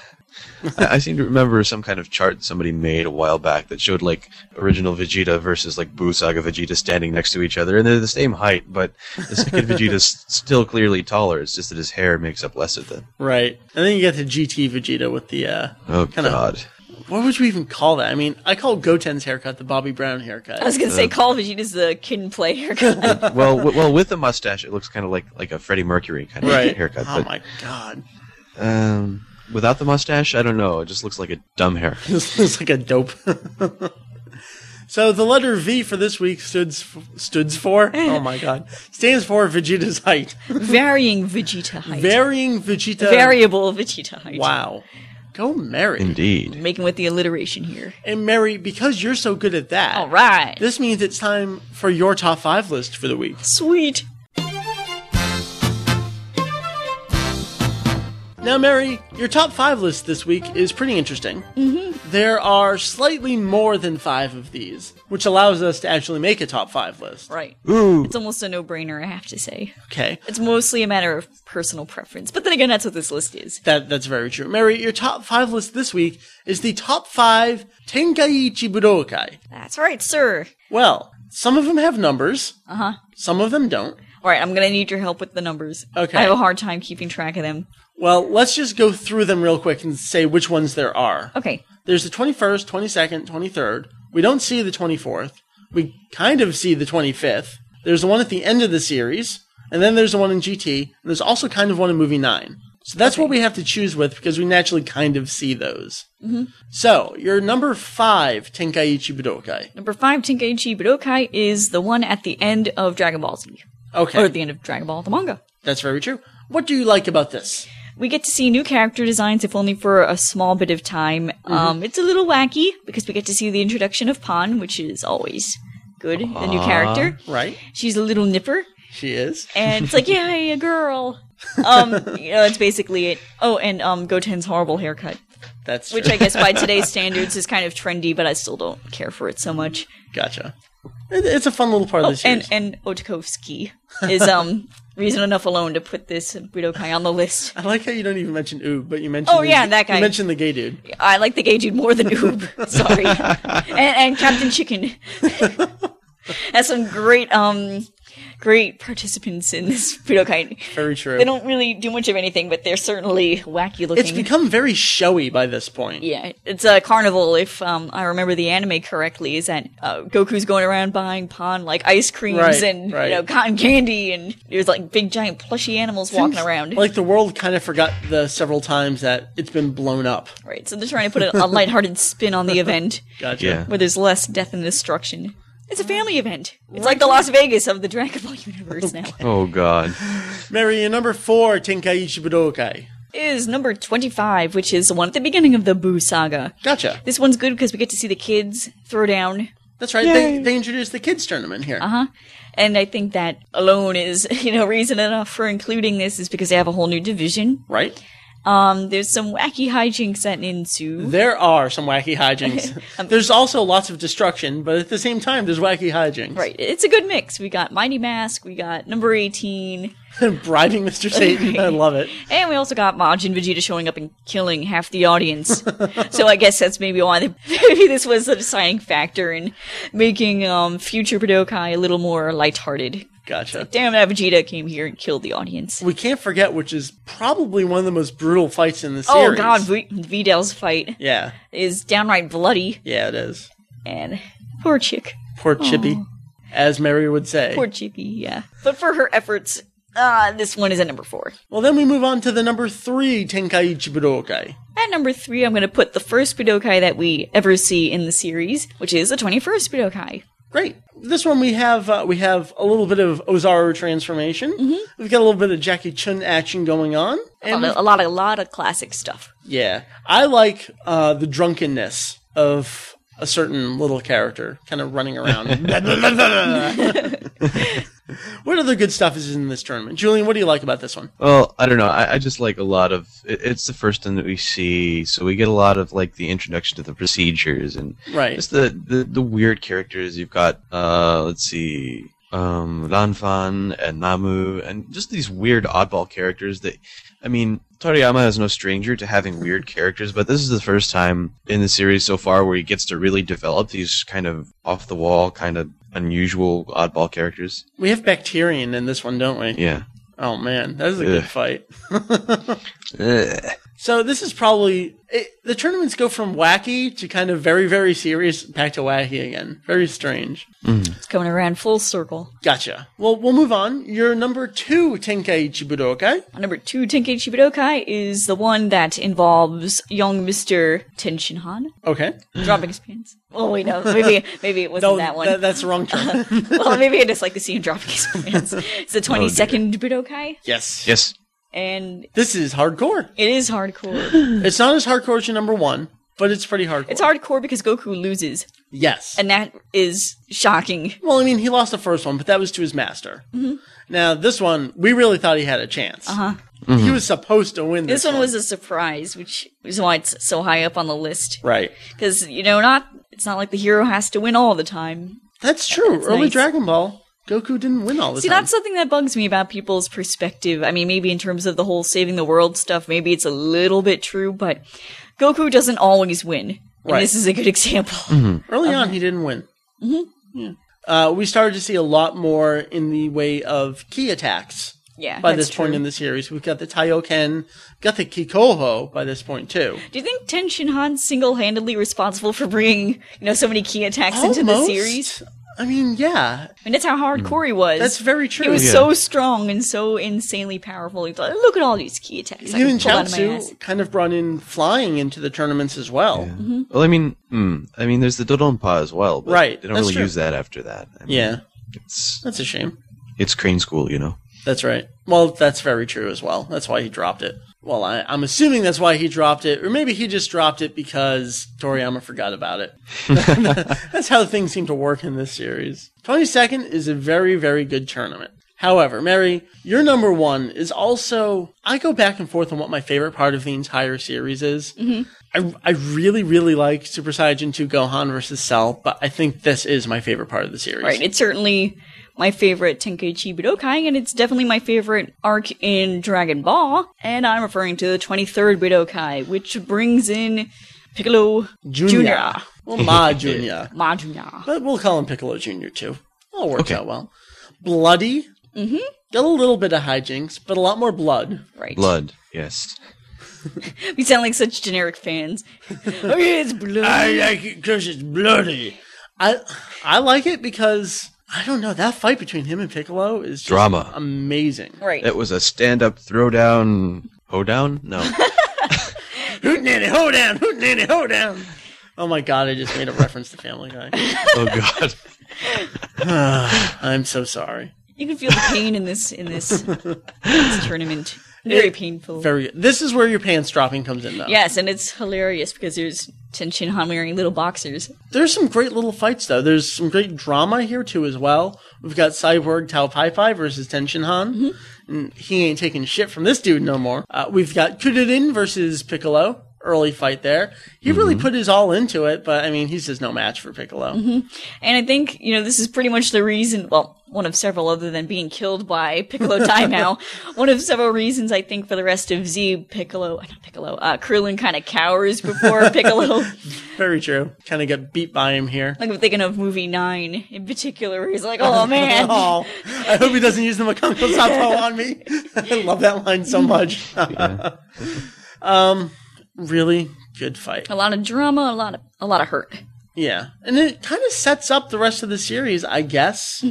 Speaker 3: I, I seem to remember some kind of chart somebody made a while back that showed like original Vegeta versus like Buu Saga Vegeta standing next to each other, and they're the same height, but the second Vegeta's still clearly taller. It's just that his hair makes up less of them.
Speaker 1: Right. And then you get the GT Vegeta with the uh
Speaker 3: Oh
Speaker 1: Kinda-
Speaker 3: God!
Speaker 1: what would you even call that? I mean, I call Goten's haircut the Bobby Brown
Speaker 2: I was
Speaker 1: haircut.
Speaker 2: going to say, Call Vegeta's the kin play haircut.
Speaker 3: well, w- well, with the mustache, it looks kind of like like a Freddie Mercury kind of
Speaker 1: Right.
Speaker 3: haircut.
Speaker 1: Oh
Speaker 3: but,
Speaker 1: my god.
Speaker 3: Um, without the mustache, I don't know. It just looks like a dumb hair.
Speaker 1: This looks like a dope. so the letter V for this week stood stood for Oh my god. Stands for Vegeta's height.
Speaker 2: Varying Vegeta height.
Speaker 1: Varying Vegeta
Speaker 2: Variable Vegeta height.
Speaker 1: Wow. Go Mary.
Speaker 3: Indeed.
Speaker 2: Making with the alliteration here.
Speaker 1: And Mary, because you're so good at that.
Speaker 2: All right.
Speaker 1: This means it's time for your top 5 list for the week.
Speaker 2: Sweet.
Speaker 1: Now, Mary, your top five list this week is pretty interesting. Mm-hmm. There are slightly more than five of these, which allows us to actually make a top five list.
Speaker 2: Right.
Speaker 3: Ooh.
Speaker 2: It's almost a no brainer, I have to say.
Speaker 1: Okay.
Speaker 2: It's mostly a matter of personal preference. But then again, that's what this list is.
Speaker 1: That, that's very true. Mary, your top five list this week is the top five Tenkaichi Budokai.
Speaker 2: That's right, sir.
Speaker 1: Well, some of them have numbers. Uh
Speaker 2: Uh-huh.
Speaker 1: huh. Some of them don't.
Speaker 2: All right, I'm going to need your help with the numbers.
Speaker 1: Okay.
Speaker 2: I have a hard time keeping track of them.
Speaker 1: Well, let's just go through them real quick and say which ones there are.
Speaker 2: Okay.
Speaker 1: There's the 21st, 22nd, 23rd. We don't see the 24th. We kind of see the 25th. There's the one at the end of the series, and then there's the one in GT, and there's also kind of one in movie 9. So that's what we have to choose with because we naturally kind of see those. Mm-hmm. So, your number 5 Tenkaichi Budokai.
Speaker 2: Number five, Tenkaichi Budokai, is the one at the end of Dragon Ball Z.
Speaker 1: Okay.
Speaker 2: Or at the end of Dragon Ball, the manga.
Speaker 1: That's very true. What do you like about this?
Speaker 2: We get to see new character designs, if only for a small bit of time. Um, it's a little wacky because we get to see the introduction of Pon, which is always good. A new
Speaker 3: Aw.
Speaker 2: character.
Speaker 1: Right?
Speaker 2: She's a little nipper,
Speaker 1: She is.
Speaker 2: and it's like, yay, a girl. Um, you know, that's basically it. Oh, and um, Goten's horrible haircut,
Speaker 1: That's true.
Speaker 2: which I guess by today's standards is kind of trendy, but I still don't care for it so much.
Speaker 1: Gotcha. It- It's a fun little part of the
Speaker 2: Oh, and
Speaker 1: series.
Speaker 2: and Otkovsky is um reason enough alone to put this Budokai on the list.
Speaker 1: I like how you don't even mention Oob, but you mentioned
Speaker 2: Oh,
Speaker 1: the-
Speaker 2: yeah, that guy.
Speaker 1: You mentioned the gay dude.
Speaker 2: I like the gay dude more than Oob. Sorry, and, and Captain Chicken has some great um great participants in this Budokai.
Speaker 1: Very true.
Speaker 2: They don't really do much of anything, but they're certainly wacky looking.
Speaker 1: It's become very showy by this point.
Speaker 2: Yeah, it's a carnival. If um, I remember the anime correctly, is that uh, Goku's going around buying pon like ice creams
Speaker 1: Right,
Speaker 2: and
Speaker 1: right.
Speaker 2: you know cotton candy, and there's like big giant plushy animals walking
Speaker 1: Seems
Speaker 2: around.
Speaker 1: Like the world kind of forgot the several times that it's been blown up.
Speaker 2: right, so they're trying to put a, a lighthearted spin on the event
Speaker 1: Gotcha.
Speaker 3: Yeah.
Speaker 2: where there's less death and destruction. It's a family event. It's like the Las Vegas of the Dragon Ball universe now.
Speaker 3: Oh God.
Speaker 1: Mary, your number four, Tenkaichi Budokai.
Speaker 2: Is number twenty-five, which is the one at the beginning of the Boo saga.
Speaker 1: Gotcha.
Speaker 2: This one's good because we get to see the kids throw down
Speaker 1: That's right. They, they introduced the kids tournament here.
Speaker 2: Uh-huh. And I think that alone is, you know, reason enough for including this is because they have a whole new division.
Speaker 1: Right?
Speaker 2: Um, there's some wacky hijinks that ensue.
Speaker 1: There are some wacky hijinks. there's also lots of destruction, but at the same time, there's wacky hijinks.
Speaker 2: Right. It's a good mix. We got Mighty Mask, we got number 18,
Speaker 1: Bribing Mr. Satan. I love it.
Speaker 2: and we also got Majin Vegeta showing up and killing half the audience. so I guess that's maybe why they, maybe this was a deciding factor in making um, future Budokai a little more lighthearted.
Speaker 1: Gotcha.
Speaker 2: Damn that Vegeta came here and killed the audience.
Speaker 1: We can't forget, which is probably one of the most brutal fights in the
Speaker 2: Oh
Speaker 1: series.
Speaker 2: god, v- Vidal's fight
Speaker 1: Yeah.
Speaker 2: is downright bloody.
Speaker 1: Yeah, it is.
Speaker 2: and poor chick,
Speaker 1: Poor Chippy, as Mary would say.
Speaker 2: poor Chippy, yeah. But for her efforts, uh, this one is at number four.
Speaker 1: well, then we move on to the number three Tenkaichi Budokai.
Speaker 2: At number three, I'm going to put the first Budokai that we ever see in the series, which is the 21st Budokai.
Speaker 1: Great. This one we have uh, we have a little bit of Ozaru transformation. We've got a little bit of Jackie Chun action going on.
Speaker 2: Mm-hmm. A
Speaker 1: And
Speaker 2: lot, of, a lot, of, a lot of classic stuff.
Speaker 1: yeah, I like uh, the drunkenness of a certain little character kind of running around. what other good stuff is in this tournament? Julian, what do you like about this one?
Speaker 3: Well, I don't know. I, I just like a lot of. It, it's the first time that we see, so we get a lot of like the introduction to the procedures and
Speaker 1: Right.
Speaker 3: just the the, the weird characters. You've got uh, let's see, um, Ranfan and Namu, and just these weird oddball characters that. I mean, Toriyama is no stranger to having weird characters, but this is the first time in the series so far where he gets to really develop these kind of off the wall, kind of unusual oddball characters.
Speaker 1: We have Bacterian in this one, don't we?
Speaker 3: Yeah.
Speaker 1: Oh man, that is a good
Speaker 3: Ugh.
Speaker 1: fight.
Speaker 3: Ugh.
Speaker 1: So this is probably it, the tournaments go from wacky to kind of very very serious back to wacky again. Very strange.
Speaker 2: It's coming around full circle.
Speaker 1: Gotcha. Well, we'll move on. Your number two Tenkaichi Budokai.
Speaker 2: On Number two, Tenkaichi Budokai is the one that involves young Mr. Tenshinhan
Speaker 1: Okay.
Speaker 2: dropping his pants. Oh, wait, no, maybe, maybe it wasn't
Speaker 1: Oh,
Speaker 2: that one.
Speaker 1: tha- that's the wrong term.
Speaker 2: well, maybe I just like to see him dropping his pants. It's the 22nd Budokai.
Speaker 1: yes.
Speaker 3: Yes.
Speaker 2: and
Speaker 1: This is hardcore.
Speaker 2: it is hardcore.
Speaker 1: It's not as hardcore as your number one, but it's pretty hardcore.
Speaker 2: it's hardcore because Goku loses,
Speaker 1: Yes.
Speaker 2: and that is shocking.
Speaker 1: well, I mean, he lost the first one, but that was to his master.
Speaker 2: Mm-hmm.
Speaker 1: Now this one, we really thought he had a chance. Uh-huh. He was supposed to win this.
Speaker 2: This one was a surprise, which is why it's so high up on the list.
Speaker 1: right.
Speaker 2: Because you know, not it's not like the hero has to win all the time.
Speaker 1: That's true. Early
Speaker 2: nice.
Speaker 1: Dragon Ball, Goku didn't win all the
Speaker 2: See,
Speaker 1: time.
Speaker 2: that's something that bugs me about people's perspective. I mean, maybe in terms of the whole saving the world stuff, maybe it's a little bit true, but Goku doesn't always win. And
Speaker 1: Right. Mm.
Speaker 2: this is a good example.
Speaker 1: Early on, he didn't win. Mm-hmm. Yeah. Uh, we started to see a lot more in the way of key attacks.
Speaker 2: Yeah.
Speaker 1: By
Speaker 2: that's
Speaker 1: this point
Speaker 2: true.
Speaker 1: in the series, we've got the Taioken, got the Kikoho by this point too.
Speaker 2: Do you think Ten Shinhan single-handedly responsible for bringing you know so many key attacks into the
Speaker 1: Almost.
Speaker 2: series?
Speaker 1: I mean, yeah,
Speaker 2: I mean, that's how hardcore he was.
Speaker 1: that's very true.
Speaker 2: he was
Speaker 3: Yeah.
Speaker 2: so strong and so insanely powerful. He thought, look at all these key attacks. I
Speaker 1: Even
Speaker 2: can pull out of my ass.
Speaker 1: Chaozu kind of brought in flying into the tournaments as well.
Speaker 3: Well, I mean, mm, I mean, there's the Dodonpa as well, but
Speaker 1: Right,
Speaker 3: They don't
Speaker 1: that's
Speaker 3: really
Speaker 1: true.
Speaker 3: use that after that. I mean,
Speaker 1: Yeah,
Speaker 3: it's
Speaker 1: that's a shame.
Speaker 3: it's Crane School, you know.
Speaker 1: That's right. Well, that's very true as well. That's why he dropped it. Well, I, I'm assuming that's why he dropped it, or maybe he just dropped it because Toriyama forgot about it. that's how things seem to work in this series. 22nd is a very, very good tournament. However, Mary, your number one is also. I go back and forth on what my favorite part of the entire series is. I, I really, really like Super Saiyan 2 Gohan versus Cell, but I think this is my favorite part of the series.
Speaker 2: Right. It's certainly my favorite Tenkaichi Budokai, and it's definitely my favorite arc in Dragon Ball. And I'm referring to the 23rd Budokai, which brings in Piccolo
Speaker 1: Junior.
Speaker 2: Jr.
Speaker 1: Well, Ma Junior.
Speaker 2: Ma Jr.
Speaker 1: But we'll call him Piccolo Jr. too. It'll work
Speaker 3: Okay.
Speaker 1: out well. Bloody. Mm-hmm. Got a little bit of hijinks, but a lot more blood.
Speaker 2: Right.
Speaker 3: Blood. Yes.
Speaker 2: We sound like such generic fans. oh, yeah, it's blood.
Speaker 1: like it because it's bloody. I I like it because I don't know that fight between him and Piccolo is just
Speaker 3: Drama.
Speaker 1: amazing.
Speaker 2: right.
Speaker 3: That was a stand-up throwdown. Hoedown? No.
Speaker 1: Hoot nanny, ho down, hoot nanny, ho down. Oh my god! I just made a reference to Family Guy.
Speaker 3: oh God.
Speaker 1: I'm so sorry.
Speaker 2: You can feel the pain in this in this, this tournament. Very painful.
Speaker 1: Very. Good. This is where your pants dropping comes in, though.
Speaker 2: yes, and it's hilarious because there's Ten Shin Han wearing little boxers.
Speaker 1: There's some great little fights though. There's some great drama here too as well. We've got Cyborg Tao Pai Pai versus Tenshin Han. And he ain't taking shit from this dude no more. Uh, we've got Kudurin versus Piccolo. Early fight there. He really put his all into it, but I mean, he's just no match for Piccolo.
Speaker 2: And I think, you know, this is pretty much the reason, well, one of several other than being killed by Piccolo Daimao, one of several reasons I think for the rest of Z, Piccolo, not Piccolo, uh, Krillin kind of cowers before Piccolo.
Speaker 1: Very true. Kind of got beat by him here.
Speaker 2: Like I'm thinking of movie nine in particular, where he's like, oh man.
Speaker 1: Oh, I hope he doesn't use the mechanical sapo on me. I love that line so much. um, really good fight.
Speaker 2: A lot of drama, a lot of, a lot of hurt.
Speaker 1: Yeah, and it kind of sets up the rest of the series, I guess.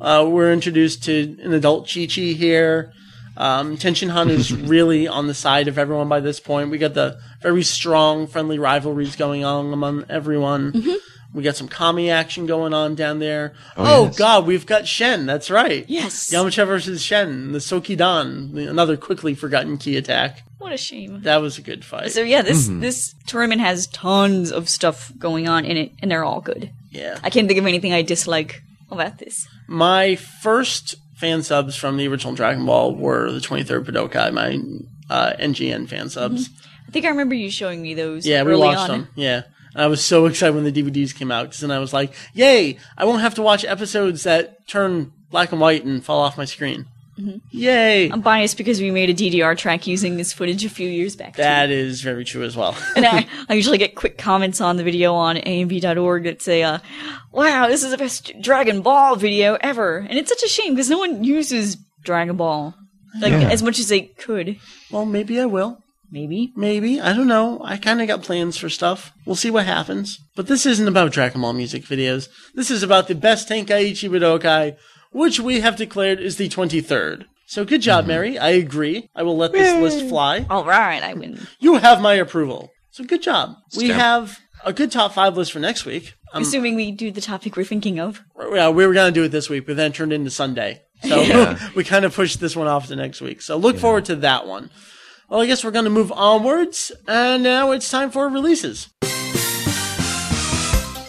Speaker 1: Uh, we're introduced to an adult Chi Chi here. Um, Tenshin Han is really on the side of everyone by this point. We got the very strong, friendly rivalries going on among everyone. We got some Kami action going on down there. Oh,
Speaker 3: yes.
Speaker 1: God, we've got Shen. That's right.
Speaker 2: Yes.
Speaker 1: Yamcha versus Shen, the Sokidan, another quickly forgotten key attack.
Speaker 2: What a shame.
Speaker 1: That was a Mm-hmm. good fight.
Speaker 2: So yeah, this this tournament has tons of stuff going on in it, and they're all good.
Speaker 1: yeah.
Speaker 2: I can't think of anything I dislike about this.
Speaker 1: my first fan subs from the original Dragon Ball were the 23rd Budokai, my uh, NGN fan subs.
Speaker 2: I think I remember you showing me those.
Speaker 1: Yeah, we
Speaker 2: Mm-hmm. early
Speaker 1: watched
Speaker 2: on.
Speaker 1: them. Yeah. And I was so excited when the DVDs came out because then I was like, yay, I won't have to watch episodes that turn black and white and fall off my screen.
Speaker 2: Mm-hmm.
Speaker 1: Yay.
Speaker 2: I'm biased because we made a DDR track using this footage a few years back. too.
Speaker 1: that is very true as well.
Speaker 2: and I, I usually get quick comments on the video on AMV.org that say, uh, "Wow, this is the best Dragon Ball video ever," and it's such a shame because no one uses Dragon Ball like
Speaker 3: Yeah.
Speaker 2: as much as they could.
Speaker 1: well, maybe I will.
Speaker 2: Maybe
Speaker 1: Maybe. I don't know. I kind of got plans for stuff. We'll see what happens. But this isn't about Dragon Ball music videos. This is about the best Tenkaichi Budokai, which we have declared is the 23rd. So good job, Mary. I agree. I will let this list fly.
Speaker 2: all right, I win.
Speaker 1: You have my approval. So good job. We
Speaker 3: Stamp.
Speaker 1: have a good top five list for next week. Um,
Speaker 2: Assuming we do the topic we're thinking of.
Speaker 1: yeah, we were going to do it this week, but then it turned into Sunday. So we kind of pushed this one off to next week. So look forward to that one. Well, I guess we're going to move onwards, and now it's time for releases.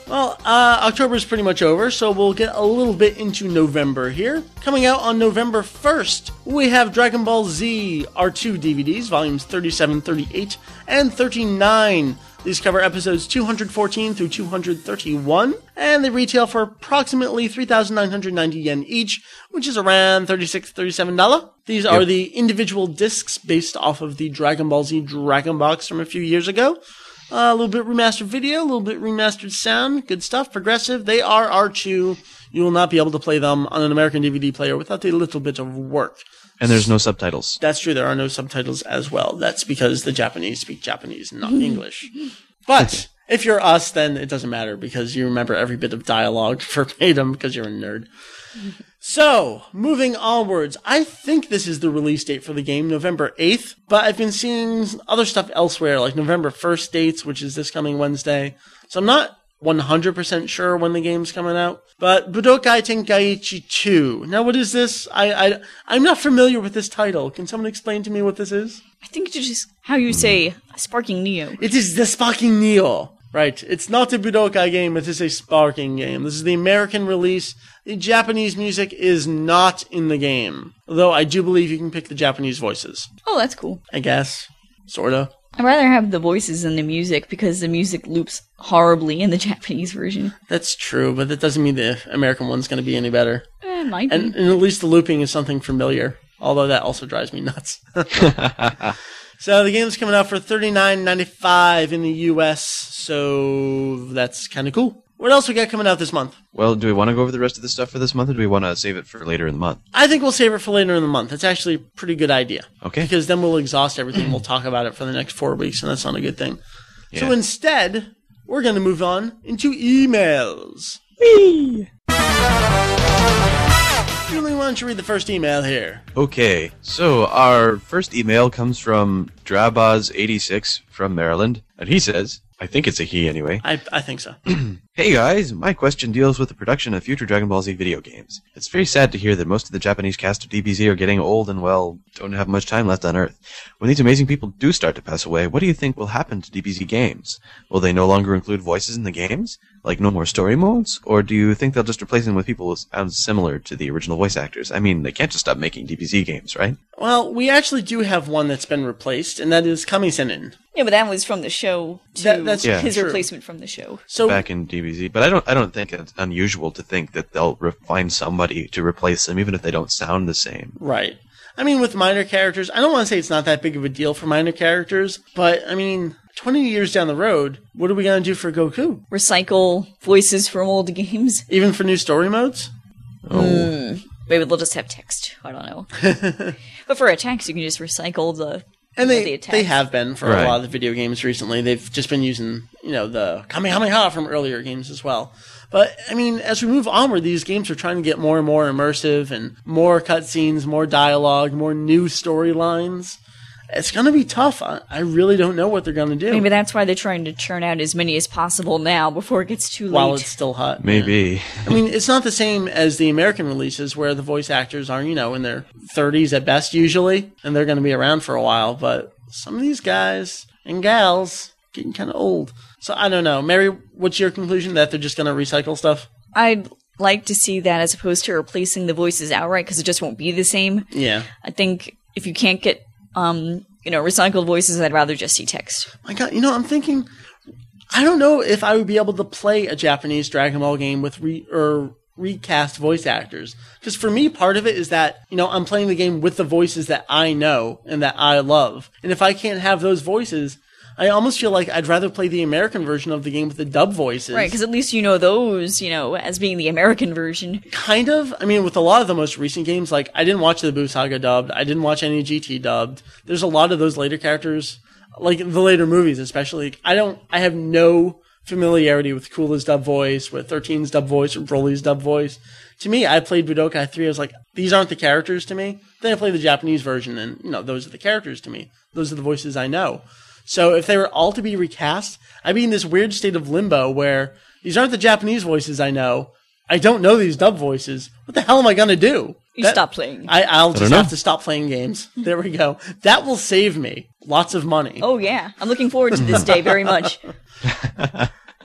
Speaker 1: Well, uh, October is pretty much over, so we'll get a little bit into November here. Coming out on November 1st, we have Dragon Ball Z R2 DVDs, volumes 37, 38, and 39. These cover episodes 214 through 231, and they retail for approximately 3,990 yen each, which is around 36 $37. These are the individual discs based off of the Dragon Ball Z Dragon Box from a few years ago. Uh, a little bit remastered video, a little bit remastered sound, good stuff, progressive. They are R2. You will not be able to play them on an American DVD player without a little bit of work.
Speaker 3: And there's no subtitles.
Speaker 1: That's true, there are no subtitles as well. That's because the Japanese speak Japanese, not English. But if you're us, then it doesn't matter because you remember every bit of dialogue verbatim because you're a nerd. So, moving onwards, I think this is the release date for the game, November 8th, but I've been seeing other stuff elsewhere, like November 1st dates, which is this coming Wednesday. So I'm not 100% sure when the game's coming out. But Budokai Tenkaichi 2. Now, what is this? I, I, I'm not familiar with this title. Can someone explain to me what this is?
Speaker 2: I think it's just how you say sparking Neo.
Speaker 1: It is the Sparking Neo. Right. It's not a Budokai game. It is a Sparking game. This is the American release. The Japanese music is not in the game. Though I do believe you can pick the Japanese voices.
Speaker 2: Oh, that's cool.
Speaker 1: I guess. Sorta.
Speaker 2: I'd rather have the voices than the music because the music loops horribly in the Japanese version.
Speaker 1: That's true, but that doesn't mean the American one's going to be any better.
Speaker 2: Eh, it might be.
Speaker 1: And, and at least the looping is something familiar. Although that also drives me nuts. So the game's coming out for thirty nine ninety five in the U.S. So that's kind of cool. What else we got coming out this month?
Speaker 3: Well, do we want to go over the rest of the stuff for this month, or do we want to save it for later in the month?
Speaker 1: I think we'll save it for later in the month. That's actually a pretty good idea.
Speaker 3: Okay.
Speaker 1: Because then we'll exhaust everything. we'll talk about it for the next four weeks, and that's not a good thing. So
Speaker 3: Yeah.
Speaker 1: instead, we're going to move on into emails. Julie, why don't you read the first email here?
Speaker 3: Okay, so our first email comes from Drabaz86 from Maryland, and he says, I think it's a he anyway.
Speaker 1: I, I think so.
Speaker 3: Hey guys, my question deals with the production of future Dragon Ball Z video games. It's very sad to hear that most of the Japanese cast of DBZ are getting old and, well, don't have much time left on Earth. When these amazing people do start to pass away, what do you think will happen to DBZ games? Will they no longer include voices in the games? Like no more story modes? Or do you think they'll just replace them with people who sound similar to the original voice actors? I mean, they can't just stop making DBZ games, right?
Speaker 1: Well, we actually do have one that's been replaced, and that is Kami-senen.
Speaker 2: Yeah, but that was from the show. To
Speaker 1: That- that's
Speaker 3: Yeah.
Speaker 2: his
Speaker 1: true.
Speaker 2: replacement from the show.
Speaker 1: So
Speaker 3: Back in DBZ, but I don't. I don't think it's unusual to think that they'll re- find somebody to replace them, even if they don't sound the same.
Speaker 1: Right. I mean, with minor characters, I don't want to say it's not that big of a deal for minor characters, but I mean, 20 years down the road, what are we going to do for Goku?
Speaker 2: Recycle voices from old games.
Speaker 1: Even for new story modes?
Speaker 3: Oh.
Speaker 2: Maybe they'll just have text. I don't know. but for attacks, you can just recycle the.
Speaker 1: And
Speaker 2: the
Speaker 1: they,
Speaker 2: attacks.
Speaker 1: they have been for a
Speaker 3: Right.
Speaker 1: lot of the video games recently. They've just been using, you know, the Kamehameha from earlier games as well. But, I mean, as we move onward, these games are trying to get more and more immersive and more cutscenes, more dialogue, more new storylines. It's going to be tough. I, I really don't know what they're going to do
Speaker 2: Maybe that's why they're trying to churn out as many as possible now before it gets too
Speaker 1: while
Speaker 2: late.
Speaker 1: it's still hot.
Speaker 3: Maybe.
Speaker 1: I mean, it's not the same as the American releases where the voice actors are, you know, in their 30s at best usually, and they're going to be around for a while. But some of these guys and gals getting kind of old. So I don't know. Mary, what's your conclusion that they're just going to recycle stuff?
Speaker 2: I'd like to see that as opposed to replacing the voices outright because it just won't be the same.
Speaker 1: Yeah.
Speaker 2: I think if you can't get, um, you know, recycled voices, I'd rather just see text.
Speaker 1: My God, you know, I'm thinking, I don't know if I would be able to play a Japanese Dragon Ball game with re or recast voice actors. Because for me, part of it is that you know I'm playing the game with the voices that I know and that I love, and if I can't have those voices. I almost feel like I'd rather play the American version of the game with the dub voices.
Speaker 2: Right, because at least you know those, you know, as being the American version.
Speaker 1: kind of. I mean, with a lot of the most recent games, like I didn't watch the Boo Saga dubbed. I didn't watch any GT dubbed. There's a lot of those later characters, like the later movies, especially. I don't. I have no familiarity with Coola's dub voice, with 13's dub voice, with Broly's dub voice. To me, I played Budokai 3. I was like, these aren't the characters to me. Then I played the Japanese version, and you know, those are the characters to me. Those are the voices I know. So if they were all to be recast, I'd be in this weird state of limbo where these aren't the Japanese voices I know. I don't know these dub voices. What the hell am I gonna do?
Speaker 2: You
Speaker 1: That-
Speaker 2: stop playing.
Speaker 1: I, I'll just
Speaker 3: know.
Speaker 1: have to stop playing games. There we go. That will save me lots of money.
Speaker 2: oh, yeah. I'm looking forward to this day very much.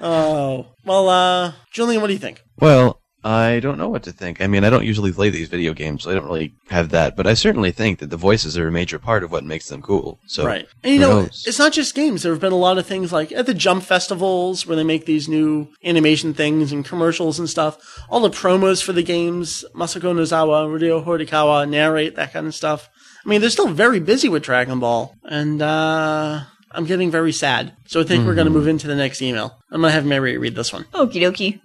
Speaker 1: Well, uh, Julian, what do you think?
Speaker 3: Well, I don't know what to think. I mean, I don't usually play these video games, so I don't really have that, but I certainly think that the voices are a major part of what makes them cool. So
Speaker 1: Right. And you
Speaker 3: who
Speaker 1: know,
Speaker 3: knows?
Speaker 1: it's not just games. There have been a lot of things like at the jump festivals where they make these new animation things and commercials and stuff. All the promos for the games, Masako Nozawa, Rudio Horikawa narrate that kind of stuff. I mean, they're still very busy with Dragon Ball, and uh, I'm getting very sad. So I think we're
Speaker 3: Mm-hmm.
Speaker 1: going to move into the next email. I'm going to have Mary read this one.
Speaker 2: Okie dokie.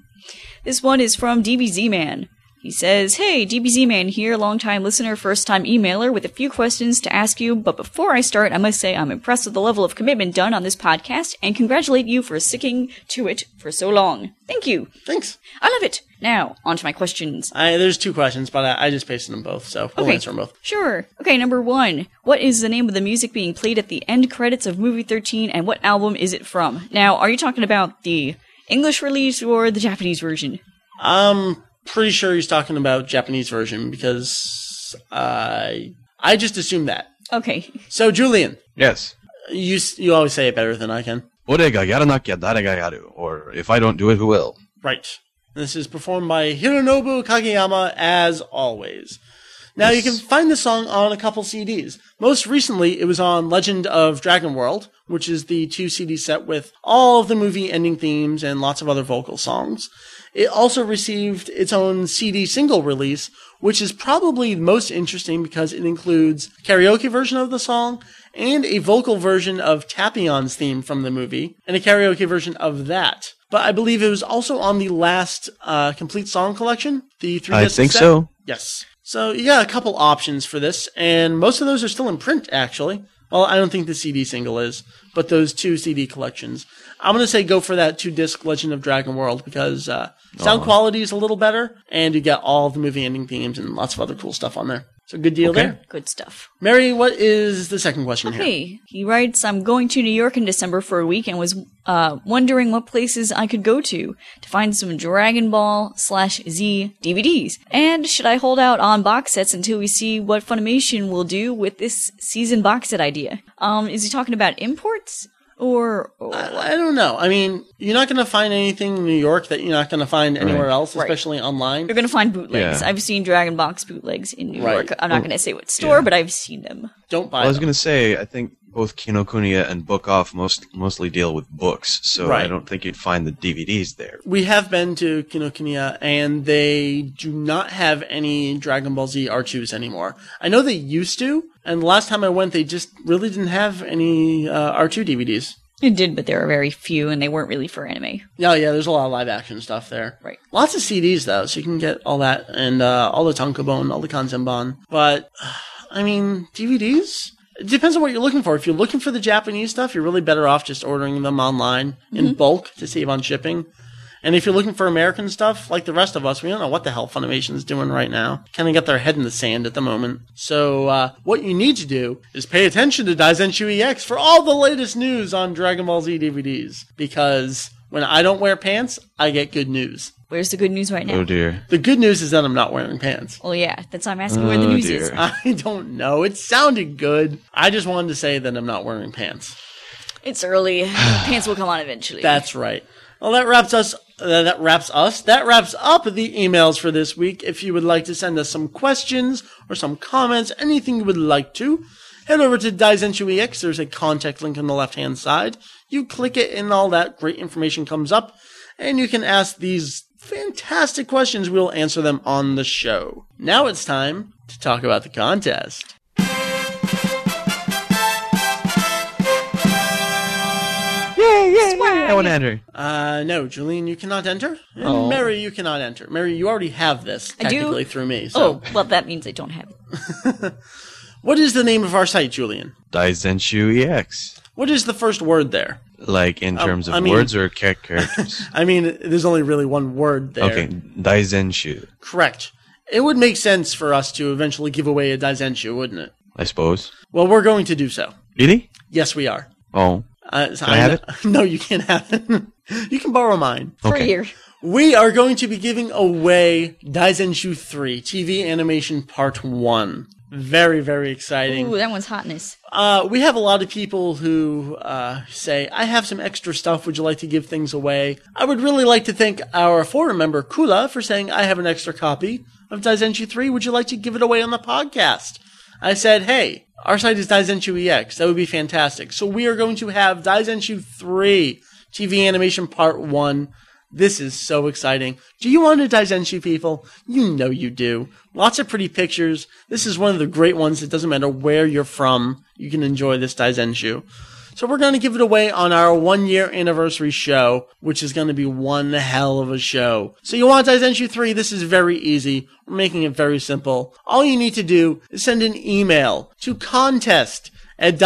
Speaker 2: This one is from DBZ Man. He says, Hey, DBZ Man here, longtime listener, first time emailer, with a few questions to ask you. But before I start, I must say I'm impressed with the level of commitment done on this podcast and congratulate you for sticking to it for so long. Thank you.
Speaker 1: Thanks.
Speaker 2: I love it. Now, on to my questions.
Speaker 1: I, there's two questions, but I, I just pasted them both, so we'll
Speaker 2: Okay.
Speaker 1: answer them both.
Speaker 2: Sure. Okay, number one. What is the name of the music being played at the end credits of movie 13 and what album is it from? Now, are you talking about the English release or the Japanese version?
Speaker 1: I'm pretty sure he's talking about Japanese version because I I just assumed that.
Speaker 2: Okay.
Speaker 1: So Julian,
Speaker 3: Yes.
Speaker 1: you s- you always say it better than I can.
Speaker 3: Orega yaranakya darega yaru, or if I don't do it, who will?
Speaker 1: Right. This is performed by Hironobu Kageyama as always. Now you can find the song on a couple CDs. Most recently, it was on Legend of Dragon World, which is the two CD set with all of the movie ending themes and lots of other vocal songs. It also received its own CD single release, which is probably most interesting because it includes karaoke version of the song and a vocal version of Tapion's theme from the movie and a karaoke version of that. But I believe it was also on the last uh, complete song collection, the three.
Speaker 3: I
Speaker 1: disc
Speaker 3: think
Speaker 1: set.
Speaker 3: so.
Speaker 1: Yes. So you got a couple options for this, and most of those are still in print, actually. Well, I don't think the CD single is, but those two CD collections. I'm going to say go for that two disc Legend of Dragon World because uh,
Speaker 3: Oh.
Speaker 1: sound quality is a little better, and you get all the movie ending themes and lots of other cool stuff on there. So good deal
Speaker 3: Okay.
Speaker 1: there.
Speaker 2: Good stuff.
Speaker 1: Mary, what is the second question here?
Speaker 2: Hey, he writes, I'm going to New York in December for a week and was uh, wondering what places I could go to to find some Dragon Ball slash Z DVDs. And should I hold out on box sets until we see what Funimation will do with this season box set idea? Um, is he talking about imports? Or, or
Speaker 1: I I don't know. I mean, you're not going to find anything in New York that you're not going to find anywhere
Speaker 3: Right.
Speaker 1: else,
Speaker 2: Right.
Speaker 1: especially online.
Speaker 2: you're gonna find bootlegs.
Speaker 3: Yeah.
Speaker 2: I've seen Dragon Box bootlegs in New
Speaker 1: Right.
Speaker 2: York. I'm not gonna say what store, but I've seen them.
Speaker 1: Don't buy
Speaker 3: I was
Speaker 1: them.
Speaker 3: going to say, I think both Kinokuniya and Book Off most, mostly deal with books, so
Speaker 1: Right.
Speaker 3: I don't think you'd find the DVDs there.
Speaker 1: we have been to Kinokuniya and they do not have any Dragon Ball Z R2s anymore. I know they used to, and the last time I went, they just really didn't have any uh, R2 DVDs.
Speaker 2: It did, but there were very few, and they weren't really for anime.
Speaker 1: Yeah, yeah, there's a lot of live action stuff there.
Speaker 2: Right.
Speaker 1: Lots of CDs, though, so you can get all that and uh, all the Tonkobon, all the Kanzenban. But, I mean, DVDs? It depends on what you're looking for. If you're looking for the Japanese stuff, you're really better off just ordering them online in bulk to save on shipping. And if you're looking for American stuff, like the rest of us, we don't know what the hell Funimation's doing right now. Kind of got their head in the sand at the moment. So, uh, what you need to do is pay attention to Daizenshu EX for all the latest news on Dragon Ball Z DVDs. Because when I don't wear pants, I get good news.
Speaker 2: Where's the good news right now?
Speaker 3: Oh dear.
Speaker 1: The good news is that I'm not wearing pants.
Speaker 2: Well, yeah, that's why I'm asking where the
Speaker 3: Oh,
Speaker 2: news is.
Speaker 3: dear.
Speaker 1: I don't know. It sounded good. I just wanted to say that I'm not wearing pants.
Speaker 2: It's early. Pants will come on eventually.
Speaker 1: That's right. Well, that wraps us. Uh, that wraps us. That wraps up the emails for this week. If you would like to send us some questions or some comments, anything you would like to, head over to Daizenshu EX. There's a contact link on the left hand side. You click it, and all that great information comes up, and you can ask these fantastic questions. We'll answer them on the show. Now it's time to talk about the contest.
Speaker 3: I want to enter.
Speaker 1: Uh, no, Julian, you cannot enter. And Mary, you cannot enter. Mary, you already have this
Speaker 2: Oh. do?
Speaker 1: technically through me. So.
Speaker 2: oh, well, that means I don't have it.
Speaker 1: What is the name of our site, Julian?
Speaker 3: Daizenshu EX.
Speaker 1: What is the first word there?
Speaker 3: Like in terms of
Speaker 1: Um, I mean-
Speaker 3: words or char- characters?
Speaker 1: I mean, there's only really one word there.
Speaker 3: okay, Daizenshu,
Speaker 1: Correct. It would make sense for us to eventually give away a Daizenshu, wouldn't it?
Speaker 3: I suppose.
Speaker 1: Well, we're going to do so.
Speaker 3: Really?
Speaker 1: Yes, we are.
Speaker 3: Oh,
Speaker 1: Uh, so
Speaker 3: Can I have
Speaker 1: it? No, you can't have it. you can borrow mine.
Speaker 2: For
Speaker 3: Okay.
Speaker 2: a year.
Speaker 1: We are going to be giving away Daizenshu 3 TV Animation Part 1. Very, very exciting.
Speaker 2: Ooh, that one's hotness.
Speaker 1: Uh, we have a lot of people who uh, say, I have some extra stuff. Would you like to give things away? I would really like to thank our forum member, Kula, for saying, I have an extra copy of Daizenshu 3. Would you like to give it away on the podcast? I said, hey, our site is Daizenshu EX. That would be fantastic. So we are going to have Daizenshu 3 TV Animation Part 1. This is so exciting. Do you want a Daizenshu, people? You know you do. Lots of pretty pictures. This is one of the great ones. It doesn't matter where you're from. You can enjoy this Daizenshu. So we're going to give it away on our one year anniversary show, which is going to be one hell of a show. So you want Daizenshu 3? This is very easy. We're making it very simple. All you need to do is send an email to contest at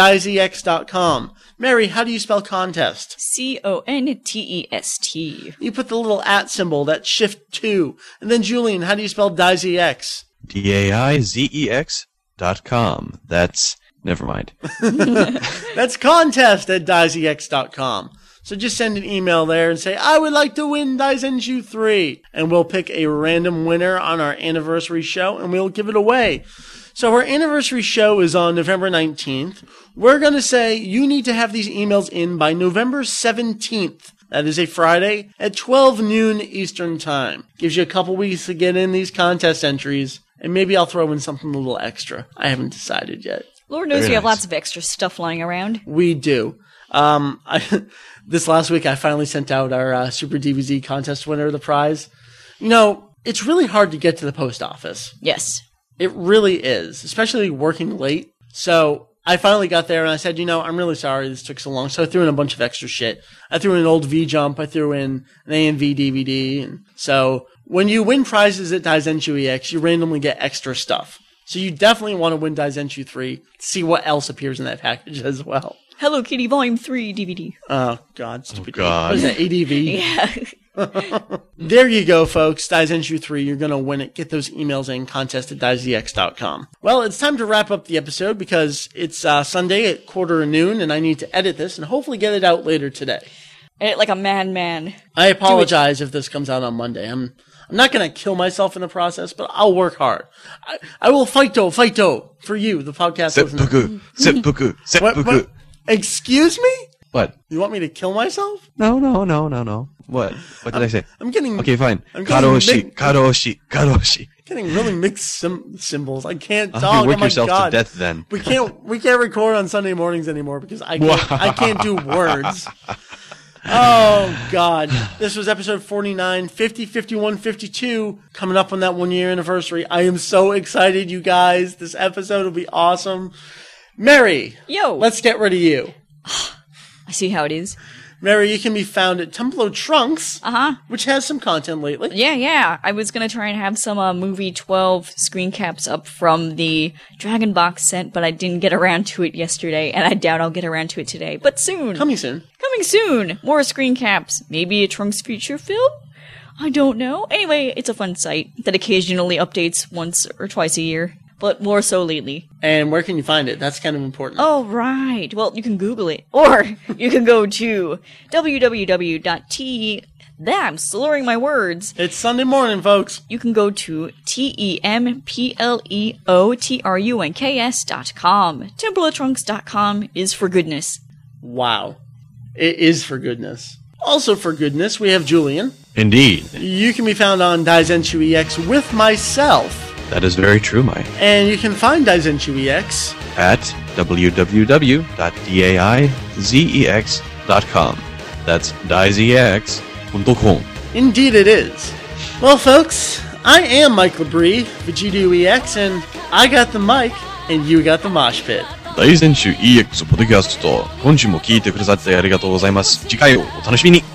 Speaker 1: daisyx.com. Mary, how do you spell contest?
Speaker 2: C O N T E S T.
Speaker 1: You put the little at symbol, that's shift two. And then Julian, how do you spell DaisyX?
Speaker 3: D A I Z E X dot com. That's never mind.
Speaker 1: That's contest at daisyx.com. So just send an email there and say, I would like to win Daisenshu 3. And we'll pick a random winner on our anniversary show and we'll give it away. So our anniversary show is on November 19th. We're going to say you need to have these emails in by November 17th. That is a Friday at 12 noon Eastern time. Gives you a couple weeks to get in these contest entries. And maybe I'll throw in something a little extra. I haven't decided yet.
Speaker 2: Lord knows
Speaker 3: Very
Speaker 2: we have
Speaker 3: nice.
Speaker 2: lots of extra stuff lying around.
Speaker 1: We do. Um, I, this last week, I finally sent out our uh, Super DBZ contest winner the prize. You know, it's really hard to get to the post office.
Speaker 2: Yes.
Speaker 1: It really is, especially working late. So I finally got there and I said, you know, I'm really sorry this took so long. So I threw in a bunch of extra shit. I threw in an old V jump. I threw in an AMV DVD. And so when you win prizes at Daisenshu EX, you randomly get extra stuff. So you definitely want to win Daisenshu 3. See what else appears in that package as well.
Speaker 2: Hello Kitty Volume 3 DVD.
Speaker 1: Oh God, stupid.
Speaker 3: God.
Speaker 1: What is that, ADV?
Speaker 2: Yeah.
Speaker 1: There you go, folks. Daisenshu 3, you're going to win it. Get those emails in contest at E DaisEX.com. Well, it's time to wrap up the episode because it's uh, Sunday at quarter of noon and I need to edit this and hopefully get it out later today.
Speaker 2: Edit like a madman.
Speaker 1: I apologize if this comes out on Monday. I'm I'm not going to kill myself in the process, but I'll work hard. I, I will fight though, fight though, for you, the podcast listener.
Speaker 3: Seppuku, seppuku,
Speaker 1: What-
Speaker 3: seppuku.
Speaker 1: what? Excuse me?
Speaker 3: What?
Speaker 1: You want me to kill myself?
Speaker 3: No, no, no, no, no. What? What did I say?
Speaker 1: I'm getting
Speaker 3: Okay, fine.
Speaker 1: I'm getting
Speaker 3: Karoshi,
Speaker 1: big-
Speaker 3: karoshi, karoshi.
Speaker 1: Getting really mixed sim- symbols. I can't
Speaker 3: I'll
Speaker 1: talk.
Speaker 3: have you work
Speaker 1: oh my
Speaker 3: yourself
Speaker 1: God.
Speaker 3: to death then.
Speaker 1: We can't. We can't record on Sunday mornings anymore because I can't, I can't do words. Oh God! This was episode 49, 50, 51, 52. Coming up on that one year anniversary. I am so excited, you guys. This episode will be awesome. Mary,
Speaker 2: Yo.
Speaker 1: let's get rid of you.
Speaker 2: I see how it is.
Speaker 1: Mary, you can be found at Templo Trunks,
Speaker 2: Uh-huh.
Speaker 1: which has some content lately.
Speaker 2: Yeah, yeah. I was gonna try and have some uh, movie twelve screen caps up from the Dragon Box set, but I didn't get around to it yesterday, and I doubt I'll get around to it today. But soon,
Speaker 1: Coming soon.
Speaker 2: coming soon, more screen caps. Maybe a Trunks feature film. I don't know. Anyway, it's a fun site that occasionally updates once or twice a year, but more so lately.
Speaker 1: And where can you find it? That's kind of important.
Speaker 2: Oh, right. Well, you can Google it, or you can go to www.te. I'm slurring my words
Speaker 1: It's Sunday morning, folks.
Speaker 2: you can go to E T-E-M-P-L-E-O-T-R-U-N-K-S dot com. Templetrunks dot com is for goodness.
Speaker 1: Wow. It is for goodness. Also for goodness, we have Julian.
Speaker 3: Indeed.
Speaker 1: You can be found on Daisenshu EX with myself.
Speaker 3: That is very true, Mike.
Speaker 1: And you can find Daisenshu EX.
Speaker 3: At E www.daizex.com. That's E daizex.com.
Speaker 1: Indeed it is. Well, folks, I am Mike Labrie, the GDU EX, E and I got the mic, and you got the mosh pit.
Speaker 3: E 大選手 EX ポッドキャスト今週も聞いてくださってありがとうございます次回をお楽しみに